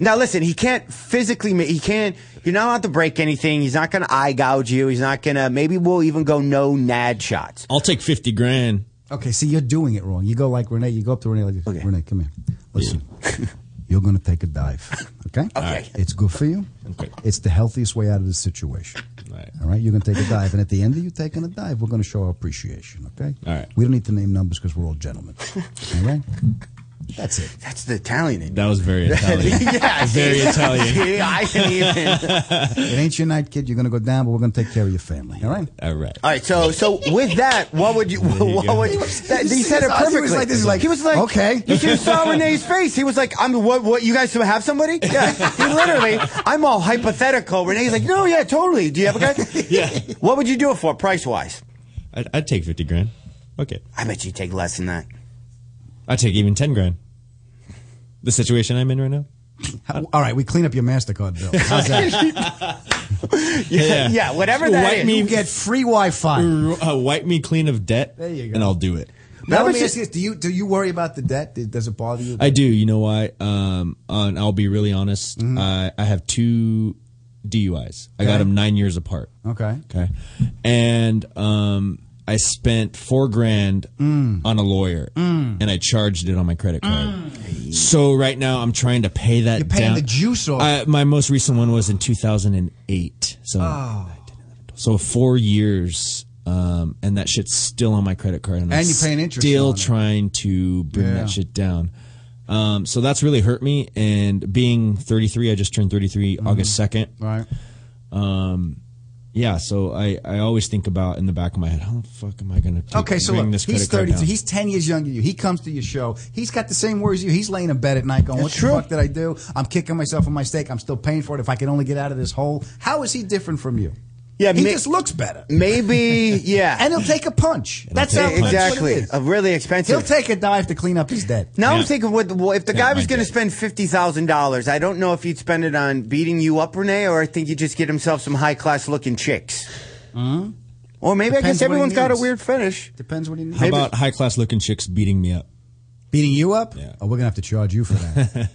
Speaker 10: Now listen, he can't physically. ma- He can't. You're not allowed to break anything. He's not going to eye gouge you. He's not going to. Maybe we'll even go no nad shots.
Speaker 12: I'll take fifty grand.
Speaker 11: Okay, see, you're doing it wrong. You go like Renee. You go up to Renee like this. Renee, come here. Listen, you're going to take a dive.
Speaker 12: (laughs)
Speaker 11: Okay.
Speaker 10: Okay.
Speaker 11: It's good for you.
Speaker 12: Okay.
Speaker 11: It's the healthiest way out of this situation.
Speaker 12: All right.
Speaker 11: All right. You're going to take a dive, and at the end of you taking a dive, we're going to show our appreciation. Okay.
Speaker 12: All right.
Speaker 11: We don't need to name numbers because we're all
Speaker 12: (laughs)
Speaker 11: gentlemen. all right. That's it.
Speaker 10: That's the Italian. in me.
Speaker 12: That was
Speaker 10: (laughs)
Speaker 12: very Italian.
Speaker 10: yeah,
Speaker 12: Very
Speaker 10: see?
Speaker 12: Italian.
Speaker 10: (laughs) See, I can even.
Speaker 11: It ain't your night, kid. You're going to go down, but we're going to take care of your family. All right.
Speaker 12: All right.
Speaker 10: All right. So, so with that, what would you?
Speaker 12: (laughs)
Speaker 10: What
Speaker 12: go.
Speaker 10: would that, he
Speaker 11: You
Speaker 10: said
Speaker 11: see
Speaker 10: it
Speaker 11: his eyes?
Speaker 10: perfectly.
Speaker 11: He was like this, he's like,
Speaker 10: He was like,
Speaker 11: okay.
Speaker 10: You should have saw Renee's face. He was like, I'm what? What? You guys have somebody? Yeah. He literally, I'm all hypothetical. Renee's like, no, yeah, totally. Do you have a guy?
Speaker 12: (laughs) Yeah.
Speaker 10: What would you do it for, price wise?
Speaker 12: I'd, I'd take fifty grand. Okay.
Speaker 10: I bet you take less than that.
Speaker 12: I take even ten grand. The situation I'm in right now.
Speaker 11: How- all right, we clean up your Mastercard bill.
Speaker 12: (laughs)
Speaker 11: How's that?
Speaker 12: Yeah.
Speaker 10: (laughs) yeah, whatever
Speaker 12: that
Speaker 11: that
Speaker 12: Wipe is. me-
Speaker 11: you get free Wi-Fi.
Speaker 12: Uh, wipe me clean of debt,
Speaker 11: There you go.
Speaker 12: and I'll do it.
Speaker 11: Now let me ask you this: Do you do you worry about the debt? Does it bother you?
Speaker 12: I do. You know why? Um, and I'll be really honest.
Speaker 11: Mm-hmm.
Speaker 12: I, I have two DUIs. I got
Speaker 11: Okay.
Speaker 12: them nine years apart.
Speaker 11: Okay.
Speaker 12: Okay. And um, I spent four grand on a lawyer,
Speaker 11: Mm.
Speaker 12: and I charged it on my credit card. So right now I'm trying to pay that.
Speaker 11: You're paying
Speaker 12: down.
Speaker 11: the juice off.
Speaker 12: I, my most recent one was in 2008. So
Speaker 11: Oh.
Speaker 12: so four years. Um, and that shit's still on my credit card, and, I'm
Speaker 11: And you're paying interest
Speaker 12: Still
Speaker 11: on it.
Speaker 12: trying to bring
Speaker 11: Yeah.
Speaker 12: that shit down. Um, so that's really hurt me. And being 33, I just turned 33
Speaker 11: Mm-hmm.
Speaker 12: August 2nd.
Speaker 11: Right.
Speaker 12: Um, yeah. So I, I always think about in the back of my head, how the fuck am I going to
Speaker 11: Okay, so
Speaker 12: bring
Speaker 11: look,
Speaker 12: this credit
Speaker 11: he's
Speaker 12: card down?
Speaker 11: 32. He's 10 years younger than you. He comes to your show. He's got the same worries you. He's laying in bed at night going, what the fuck did I do? I'm kicking myself on my steak. I'm still paying for it. If I can only get out of this hole. How is he different from you?
Speaker 10: Yeah,
Speaker 11: He
Speaker 10: ma-
Speaker 11: just looks better.
Speaker 10: Maybe, yeah.
Speaker 11: And he'll take a punch. That's
Speaker 10: take
Speaker 11: how
Speaker 10: a punch. Exactly.
Speaker 11: That's what it is.
Speaker 10: A really expensive-
Speaker 11: He'll take a dive to clean up his debt.
Speaker 10: Now I'm thinking, what well, if the
Speaker 11: Yeah,
Speaker 10: guy was
Speaker 11: my
Speaker 10: going to
Speaker 11: dad.
Speaker 10: spend fifty thousand dollars? I don't know if he'd spend it on beating you up, Renee, or I think he'd just get himself some high class looking chicks.
Speaker 11: Mhm.
Speaker 10: Or maybe I
Speaker 11: Depends
Speaker 10: guess
Speaker 11: what he
Speaker 10: everyone's got a
Speaker 11: needs.
Speaker 10: weird finish.
Speaker 11: Depends what he needs.
Speaker 12: how about high class looking chicks beating me up?
Speaker 11: Beating you up? Yeah. Oh, we're gonna have to charge you
Speaker 10: (laughs)
Speaker 11: for that.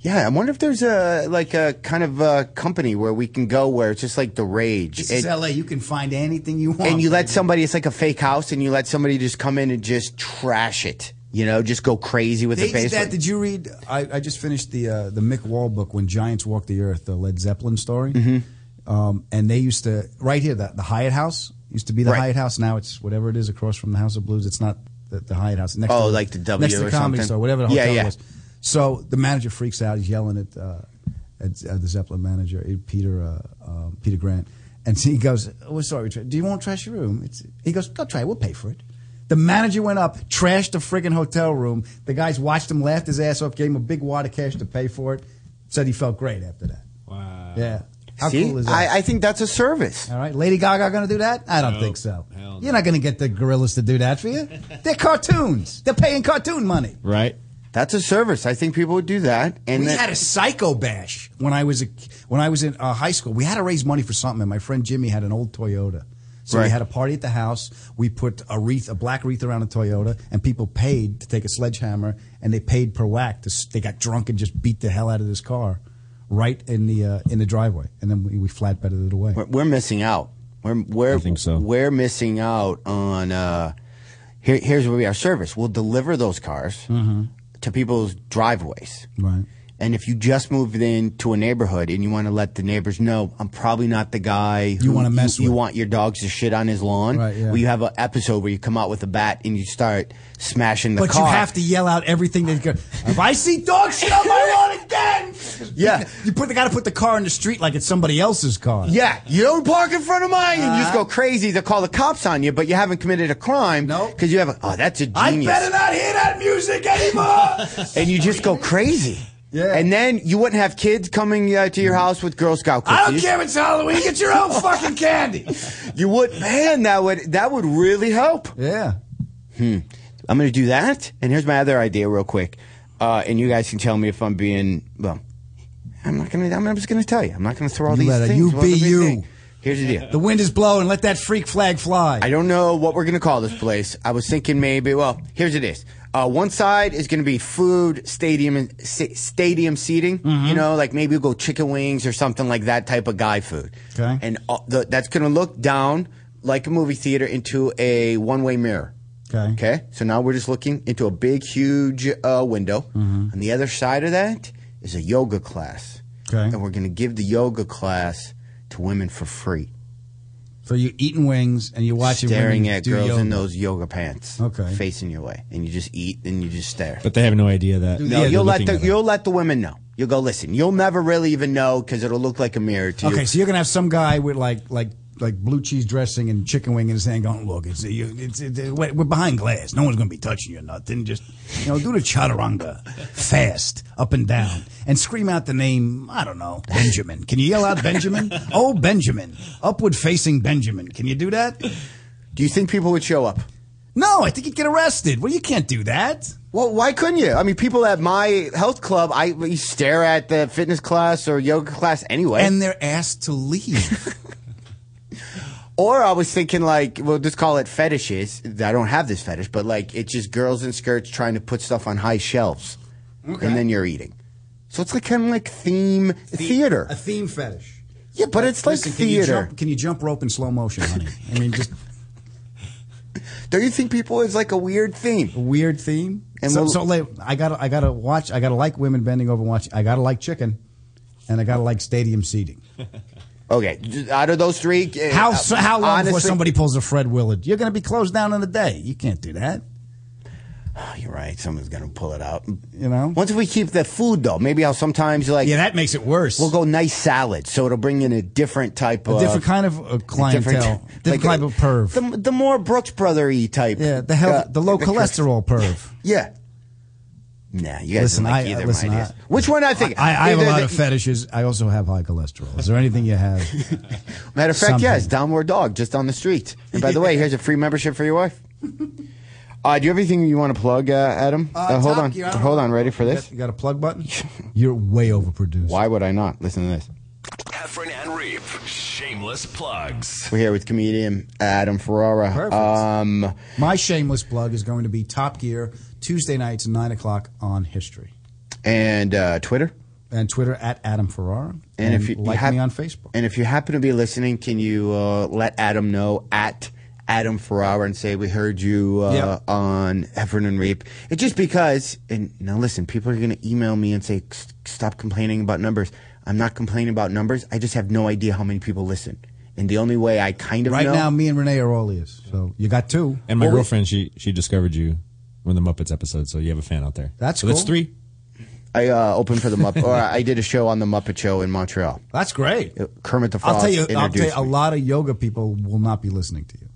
Speaker 10: Yeah, I wonder if there's a like a kind of a company where we can go where it's just like the rage.
Speaker 11: this is
Speaker 10: It-
Speaker 11: L.A. You can find anything you want.
Speaker 10: and you let somebody it's like a fake house and you let somebody just come in and just trash it you know just go crazy with
Speaker 11: They
Speaker 10: the
Speaker 11: did
Speaker 10: bass
Speaker 11: that. Did you read? I, I just finished the uh, the Mick Wall book when Giants Walked the Earth, the Led Zeppelin story.
Speaker 10: Mm-hmm.
Speaker 11: Um, and they used to right here the, the Hyatt House used to be the
Speaker 10: Right.
Speaker 11: Hyatt House. Now it's whatever it is across from the House of Blues. It's not the, the Hyatt House. Next
Speaker 10: Oh,
Speaker 11: to,
Speaker 10: like the W
Speaker 11: next to
Speaker 10: or
Speaker 11: the comedy
Speaker 10: something.
Speaker 11: store, whatever the
Speaker 10: Yeah,
Speaker 11: hotel
Speaker 10: yeah.
Speaker 11: was. So the manager freaks out. He's yelling at uh, at uh, the Zeppelin manager, eh, Peter uh, uh, Peter Grant, and so he goes, "We're sorry. Tra- Do you want to trash your room?" It's, he goes, "Go try. it. We'll pay for it." The manager went up, trashed the friggin' hotel room. The guys watched him, laughed his ass off, gave him a big wad of cash to pay for it. Said he felt great after that. Wow. Yeah. How
Speaker 10: See?
Speaker 11: cool is that?
Speaker 10: I, I think that's a service
Speaker 11: All right, Lady Gaga going to do that? I don't
Speaker 10: No.
Speaker 11: think so.
Speaker 10: Hell no.
Speaker 11: You're not going to get the gorillas to do that for you. They're cartoons. They're paying cartoon money.
Speaker 12: right
Speaker 10: that's a service i think people would do that and
Speaker 11: we
Speaker 10: that-
Speaker 11: had a psycho bash when I was a, when I was in uh, high school. We had to raise money for something, and my friend Jimmy had an old Toyota. So
Speaker 10: Right.
Speaker 11: we had a party at the house. We put a wreath, a black wreath around the Toyota, and people paid to take a sledgehammer, and they paid per whack. To, s- they got drunk and just beat the hell out of this car, right in the uh, in the driveway, and then we, we flat bedded it away.
Speaker 10: we're, we're missing out we're we're, we're missing out on uh here, here's where we are service we'll deliver those cars
Speaker 11: Mhm.
Speaker 10: to people's driveways
Speaker 11: Right.
Speaker 10: and if you just moved into a neighborhood and you want to let the neighbors know, I'm probably not the guy who
Speaker 11: wanna mess
Speaker 10: you, you
Speaker 11: with.
Speaker 10: want your dogs to shit on his lawn.
Speaker 11: Right, yeah.
Speaker 10: Well, you have an episode where you come out with a bat and you start smashing the
Speaker 11: but
Speaker 10: car.
Speaker 11: you have to yell out everything that. If I see dog shit on my lawn again, yeah, you put got to put the car in the street like it's somebody else's car.
Speaker 10: yeah, you don't park in front of mine. You just
Speaker 11: Uh-huh.
Speaker 10: go crazy. They'll call the cops on you, but you haven't committed a crime. No, because you have. A, oh, that's a genius.
Speaker 11: I better not hear that
Speaker 10: (laughs)
Speaker 11: music anymore.
Speaker 10: and you just go crazy. Yeah. And then you wouldn't have kids coming uh, to your house with Girl Scout cookies.
Speaker 11: Mm-hmm. I don't care if it's Halloween. Get
Speaker 10: (laughs)
Speaker 11: your own fucking candy.
Speaker 10: You would, man. That would that would really help.
Speaker 11: Yeah.
Speaker 10: Hmm. I'm going to do that. And here's my other idea, real quick. Uh, and you guys can tell me if I'm being well. I'm not going to. I'm just going to tell you. I'm not going to throw all
Speaker 11: You
Speaker 10: these
Speaker 11: let it-
Speaker 10: things.
Speaker 11: you
Speaker 10: What do
Speaker 11: be
Speaker 10: we
Speaker 11: you.
Speaker 10: think? Here's the deal.
Speaker 11: The wind is blowing. Let that freak flag fly.
Speaker 10: I don't know what we're going to call this place. I was thinking maybe. Well, here's it is. Uh, one side is going to be food, stadium, and sta- stadium seating.
Speaker 11: Mm-hmm.
Speaker 10: You know, like maybe we'll go chicken wings or something like that type of guy food.
Speaker 11: Okay.
Speaker 10: And uh, the, that's going to look down like a movie theater into a one-way mirror.
Speaker 11: Okay.
Speaker 10: Okay. So now we're just looking into a big, huge uh, window.
Speaker 11: Mm-hmm.
Speaker 10: On the other side of that is a yoga class.
Speaker 11: Okay.
Speaker 10: And we're going to give the yoga class to women for free.
Speaker 11: So you're eating wings and you're watching
Speaker 10: staring
Speaker 11: women
Speaker 10: at
Speaker 11: do
Speaker 10: girls
Speaker 11: yoga.
Speaker 10: in those yoga pants.
Speaker 11: Okay.
Speaker 10: Facing your way. And you just eat and you just stare.
Speaker 12: But they have no idea that.
Speaker 10: No,
Speaker 12: they're
Speaker 10: you'll let
Speaker 12: looking
Speaker 10: the
Speaker 12: at it.
Speaker 10: you'll let the women know. You'll go listen. You'll never really even know because it'll look like a mirror to you.
Speaker 11: Okay, so you're gonna have some guy with like like like blue cheese dressing and chicken wing in his hand going, look, it's, you- it's, it's we're behind glass. No one's gonna be touching you, nothing. Just you know, do the chaturanga fast up and down and scream out the name. I don't know, Benjamin. Can you yell out Benjamin? Oh, Benjamin, upward facing Benjamin. Can you do that?
Speaker 10: Do you think people would show up?
Speaker 11: No, I think you'd get arrested. Well, you can't do that.
Speaker 10: Well, why couldn't you? I mean, people at my health club, I you stare at the fitness class or yoga class anyway,
Speaker 11: and they're asked to leave.
Speaker 10: or I was thinking like, we'll just call it fetishes. I don't have this fetish, but like it's just girls in skirts trying to put stuff on high shelves,
Speaker 11: Okay.
Speaker 10: and then you're eating. So it's like kind of like theme, theater.
Speaker 11: A theme fetish.
Speaker 10: Yeah, but it's like
Speaker 11: Listen, can you
Speaker 10: theater.
Speaker 11: jump- Can you jump rope in slow motion, honey? I mean, just
Speaker 10: Don't you think people it's like a weird theme?
Speaker 11: weird theme.
Speaker 10: And
Speaker 11: And so,
Speaker 10: we'll-
Speaker 11: so like, I gotta, I gotta watch. I gotta like women bending over and watching. I gotta like chicken, and I gotta like stadium seating.
Speaker 10: Okay, j- out of those three, eh,
Speaker 11: How
Speaker 10: uh,
Speaker 11: so, how long before
Speaker 10: honestly-
Speaker 11: somebody pulls a Fred Willard? You're gonna be closed down in a day. You can't do that.
Speaker 10: You're right. Someone's gonna pull it out.
Speaker 11: You know.
Speaker 10: Once we keep the food though, maybe I'll sometimes like
Speaker 11: Yeah, that makes it worse.
Speaker 10: we'll go nice salad, so it'll bring in a different type
Speaker 11: a
Speaker 10: of
Speaker 11: different kind of uh, clientele,
Speaker 10: (laughs)
Speaker 11: different, type of perv.
Speaker 10: The, the more Brooks Brothery type.
Speaker 11: yeah, the health,
Speaker 10: uh,
Speaker 11: the low
Speaker 10: the-
Speaker 11: cholesterol (laughs) perv.
Speaker 10: Yeah. Nah, you guys
Speaker 11: Listen,
Speaker 10: don't like
Speaker 11: I-
Speaker 10: either
Speaker 11: listen,
Speaker 10: of my
Speaker 11: I-
Speaker 10: ideas. Which one I think?
Speaker 11: I, I have a
Speaker 10: Either
Speaker 11: lot
Speaker 10: the-
Speaker 11: of fetishes. I also have high cholesterol. Is there anything you have?
Speaker 10: Matter of fact,
Speaker 11: Something.
Speaker 10: yes, downward dog just on the street. And by the way, here's a free membership for your wife. Uh, do you have anything you want to plug, uh, Adam?
Speaker 11: (laughs) Uh,
Speaker 10: hold
Speaker 11: Top
Speaker 10: on,
Speaker 11: Gear, I don't
Speaker 10: hold on. Ready for
Speaker 11: You
Speaker 10: this?
Speaker 11: got, you got a plug button? You're way overproduced.
Speaker 10: Why would I not? Listen to this.
Speaker 6: Heffron and Reap, shameless plugs.
Speaker 10: We're here with comedian Adam Ferrara.
Speaker 11: Perfect.
Speaker 10: Um,
Speaker 11: My shameless plug is going to be Top Gear Tuesday nights nine o'clock on History
Speaker 10: and uh, Twitter.
Speaker 11: and Twitter at Adam Ferrara. And,
Speaker 10: And, if you,
Speaker 11: like
Speaker 10: you hap-
Speaker 11: me on Facebook,
Speaker 10: and if you happen to be listening, can you uh, let Adam know at Adam Ferrara and say we heard you uh,
Speaker 11: Yeah.
Speaker 10: on Heffron and Reap? It's just because. And now listen, people are going to email me and say, "S- "Stop complaining about numbers." I'm not complaining about numbers. I just have no idea how many people listen. And the only way I kind of
Speaker 11: right
Speaker 10: know,
Speaker 11: now me and Renee are Oleas. So you got two.
Speaker 12: And my
Speaker 11: Well, we-
Speaker 12: girlfriend, she she discovered you when the Muppets episode. So you have a fan out there.
Speaker 11: That's
Speaker 12: so That's
Speaker 11: cool.
Speaker 12: three.
Speaker 10: I uh, opened for the Muppet, or I did a show on the Muppet Show in Montreal.
Speaker 11: That's great.
Speaker 10: Kermit the Frog.
Speaker 11: I'll tell you. I'll tell you.
Speaker 10: introduced
Speaker 11: A
Speaker 10: me.
Speaker 11: lot of yoga people will not be listening to you.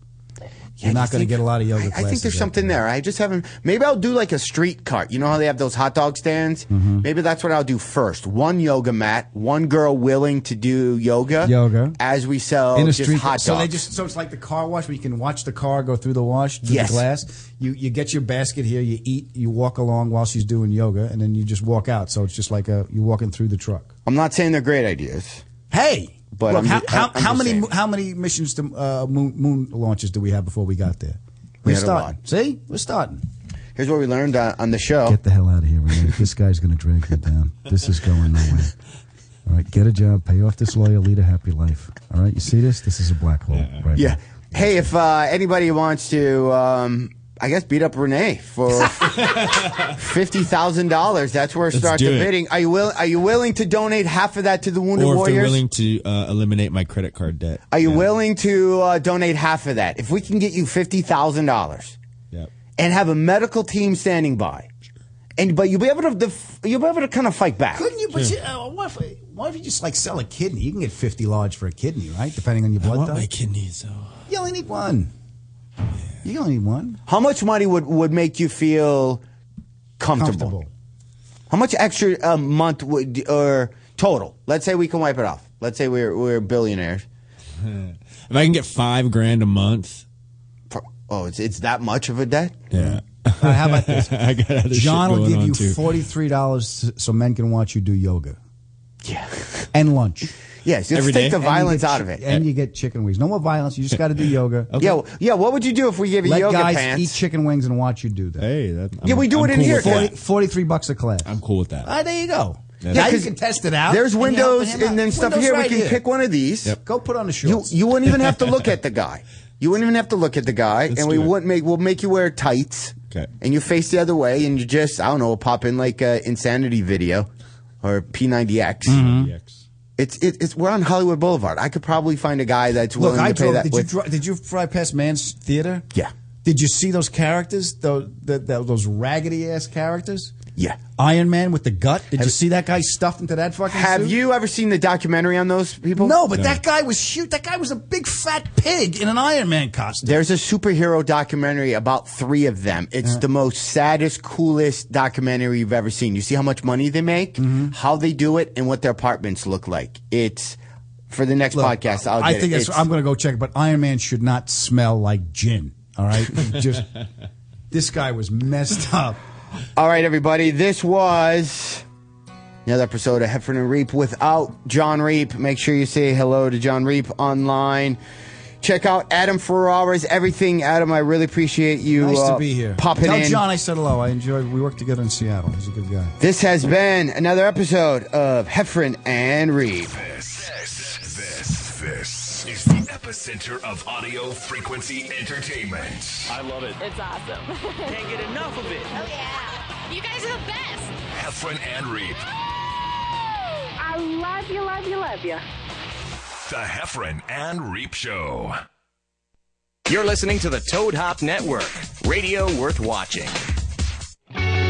Speaker 10: I
Speaker 11: You're not
Speaker 10: just
Speaker 11: going to
Speaker 10: think-
Speaker 11: get a lot of yoga.
Speaker 10: I, I think
Speaker 11: classes
Speaker 10: there's
Speaker 11: out
Speaker 10: something there. I just haven't. Maybe I'll do like a street cart. You know how they have those hot dog stands?
Speaker 11: Mm-hmm.
Speaker 10: Maybe that's what I'll do first. One yoga mat, one girl willing to do yoga.
Speaker 11: Yoga.
Speaker 10: As we sell
Speaker 11: in a
Speaker 10: just
Speaker 11: street.
Speaker 10: hot dogs.
Speaker 11: so they just so it's like the car wash where you can watch the car go through the wash through
Speaker 10: Yes.
Speaker 11: the glass. You you get your basket here, you eat, you walk along while she's doing yoga, and then you just walk out. So it's just like a you're walking through the truck.
Speaker 10: I'm not saying they're great ideas.
Speaker 11: Hey,
Speaker 10: But
Speaker 11: look,
Speaker 10: I'm
Speaker 11: how
Speaker 10: ju-
Speaker 11: how,
Speaker 10: I'm
Speaker 11: how
Speaker 10: just
Speaker 11: many
Speaker 10: saying.
Speaker 11: mo- how many missions to uh, moon, moon launches do we have before we got there?
Speaker 10: We
Speaker 11: We're
Speaker 10: had a
Speaker 11: starting.
Speaker 10: lot.
Speaker 11: See, we're starting.
Speaker 10: Here's what we learned uh, on the show.
Speaker 11: Get the hell out of here, Renee. this guy's going to drag you down. This is going nowhere. All right, get a job, pay off this lawyer, lead a happy life. All right, you see this? This is a black hole, right?
Speaker 10: yeah. Hey, if uh, anybody wants to, um, I guess beat up Renee for
Speaker 11: (laughs)
Speaker 10: fifty thousand dollars. That's where
Speaker 12: Let's
Speaker 10: start
Speaker 12: do
Speaker 10: the
Speaker 12: it.
Speaker 10: bidding. Are you will? Are you willing to donate half of that to the wounded
Speaker 12: Or if they're
Speaker 10: warriors?
Speaker 12: willing to uh, eliminate my credit card debt.
Speaker 10: Are you
Speaker 12: Yeah.
Speaker 10: willing to uh, donate half of that? If we can get you fifty thousand dollars
Speaker 12: Yep.
Speaker 10: and have a medical team standing by, and but you'll be able to def- you'll be able to kind of fight back.
Speaker 11: Couldn't you? But you, uh, what if, why if you just like sell a kidney? You can get fifty large for a kidney, right? Depending on your
Speaker 12: I
Speaker 11: blood
Speaker 12: want my
Speaker 11: type.
Speaker 12: kidneys though.
Speaker 11: You only need one. You only need one.
Speaker 10: How much money would would make you feel comfortable? (laughs)
Speaker 11: Comfortable.
Speaker 10: How much extra a month would or total? Let's say we can wipe it off. Let's say we're we're billionaires.
Speaker 12: If I can get five grand a month,
Speaker 10: For- Oh, it's it's that much of a debt.
Speaker 12: yeah. (laughs)
Speaker 11: Uh, how about this?
Speaker 12: I got (laughs) other shit
Speaker 11: John will
Speaker 12: going
Speaker 11: give
Speaker 12: on,
Speaker 11: you
Speaker 12: too.
Speaker 11: forty three dollars so men can watch you do yoga
Speaker 10: Yeah.
Speaker 11: and lunch.
Speaker 10: Yes. Let's
Speaker 12: Every day?
Speaker 10: take
Speaker 12: And
Speaker 10: the
Speaker 11: And you
Speaker 10: violence
Speaker 11: get
Speaker 10: out
Speaker 11: chi-
Speaker 10: of it.
Speaker 11: and you get chicken wings. No more violence. You just got to do yoga.
Speaker 10: Yeah. w- Yeah. What would you do if we gave you
Speaker 11: Let
Speaker 10: yoga
Speaker 11: guys
Speaker 10: pants?
Speaker 11: eat chicken wings and watch you do that.
Speaker 12: Hey, that,
Speaker 10: Yeah, we do
Speaker 12: I'm
Speaker 10: it in
Speaker 12: cool
Speaker 10: here,
Speaker 12: with
Speaker 10: Ken.
Speaker 12: that.
Speaker 11: 40, 43 bucks a class.
Speaker 6: Oh.
Speaker 12: I'm cool with that.
Speaker 11: Ah, there you go. Yeah,
Speaker 12: Yeah,
Speaker 11: you
Speaker 10: 'cause
Speaker 11: can test it out.
Speaker 10: There's
Speaker 11: and you
Speaker 10: windows
Speaker 11: help
Speaker 10: and,
Speaker 11: him out.
Speaker 10: then stuff
Speaker 11: Windows
Speaker 10: here. we
Speaker 11: right
Speaker 10: can pick one of these.
Speaker 11: Go put on the
Speaker 10: You
Speaker 11: shorts.
Speaker 10: you wouldn't even have to look
Speaker 11: (laughs)
Speaker 10: at the guy. You wouldn't even have to look at the guy,
Speaker 12: Let's
Speaker 10: and
Speaker 12: do
Speaker 10: we
Speaker 12: it.
Speaker 10: wouldn't make. We'll make you wear tights,
Speaker 12: Okay.
Speaker 10: and you face the other way, and you just I don't know, pop in like a insanity video or P90X.
Speaker 11: Mm-hmm.
Speaker 10: It's it, it's we're on Hollywood Boulevard. I could probably find a guy that's willing
Speaker 11: Look, I
Speaker 10: to pay
Speaker 11: drove.
Speaker 10: that.
Speaker 11: Did you
Speaker 10: with-
Speaker 11: drive, did you fly past Man's Theater?
Speaker 10: Yeah.
Speaker 11: Did you see those characters? Those the, the, those raggedy ass characters.
Speaker 10: Yeah.
Speaker 11: Iron Man with the gut. Did you
Speaker 10: Have-
Speaker 11: see that guy stuffed into that fucking?
Speaker 10: Have
Speaker 11: suit?
Speaker 10: you ever seen the documentary on those people?
Speaker 11: No, but that guy was huge. That guy was a big fat pig in an Iron Man costume.
Speaker 10: There's a superhero documentary about three of them. It's the most saddest, coolest documentary you've ever seen. You see how much money they make,
Speaker 11: Mm-hmm.
Speaker 10: how they do it, and what their apartments look like. It's for the next
Speaker 11: Look,
Speaker 10: podcast. I'll
Speaker 11: I
Speaker 10: get
Speaker 11: think
Speaker 10: it.
Speaker 11: that's.
Speaker 10: It's-
Speaker 11: I'm going to go check. But Iron Man should not smell like gin.
Speaker 10: (laughs)
Speaker 11: All right, just this guy was messed up.
Speaker 10: All right, everybody, this was another episode of Heffern and Reap without John Reap. Make sure you say hello to John Reap online. Check out Adam Ferrara's everything. Adam, I really appreciate you
Speaker 11: nice
Speaker 10: uh,
Speaker 11: to be here.
Speaker 10: popping
Speaker 11: Tell
Speaker 10: in.
Speaker 11: John I said hello. I enjoyed. We worked together in Seattle. He's a good guy.
Speaker 10: This has been another episode of Heffron and Reeve.
Speaker 6: This, this, this, this is the epicenter of audio frequency entertainment. I love it.
Speaker 8: It's awesome. Can't get enough of it. Oh, yeah. You guys are the best.
Speaker 6: Heffron and Reap.
Speaker 9: I love you, love you, love you.
Speaker 6: The Heffron and Reap Show.
Speaker 1: You're listening to the Toad Hop Network, radio worth watching.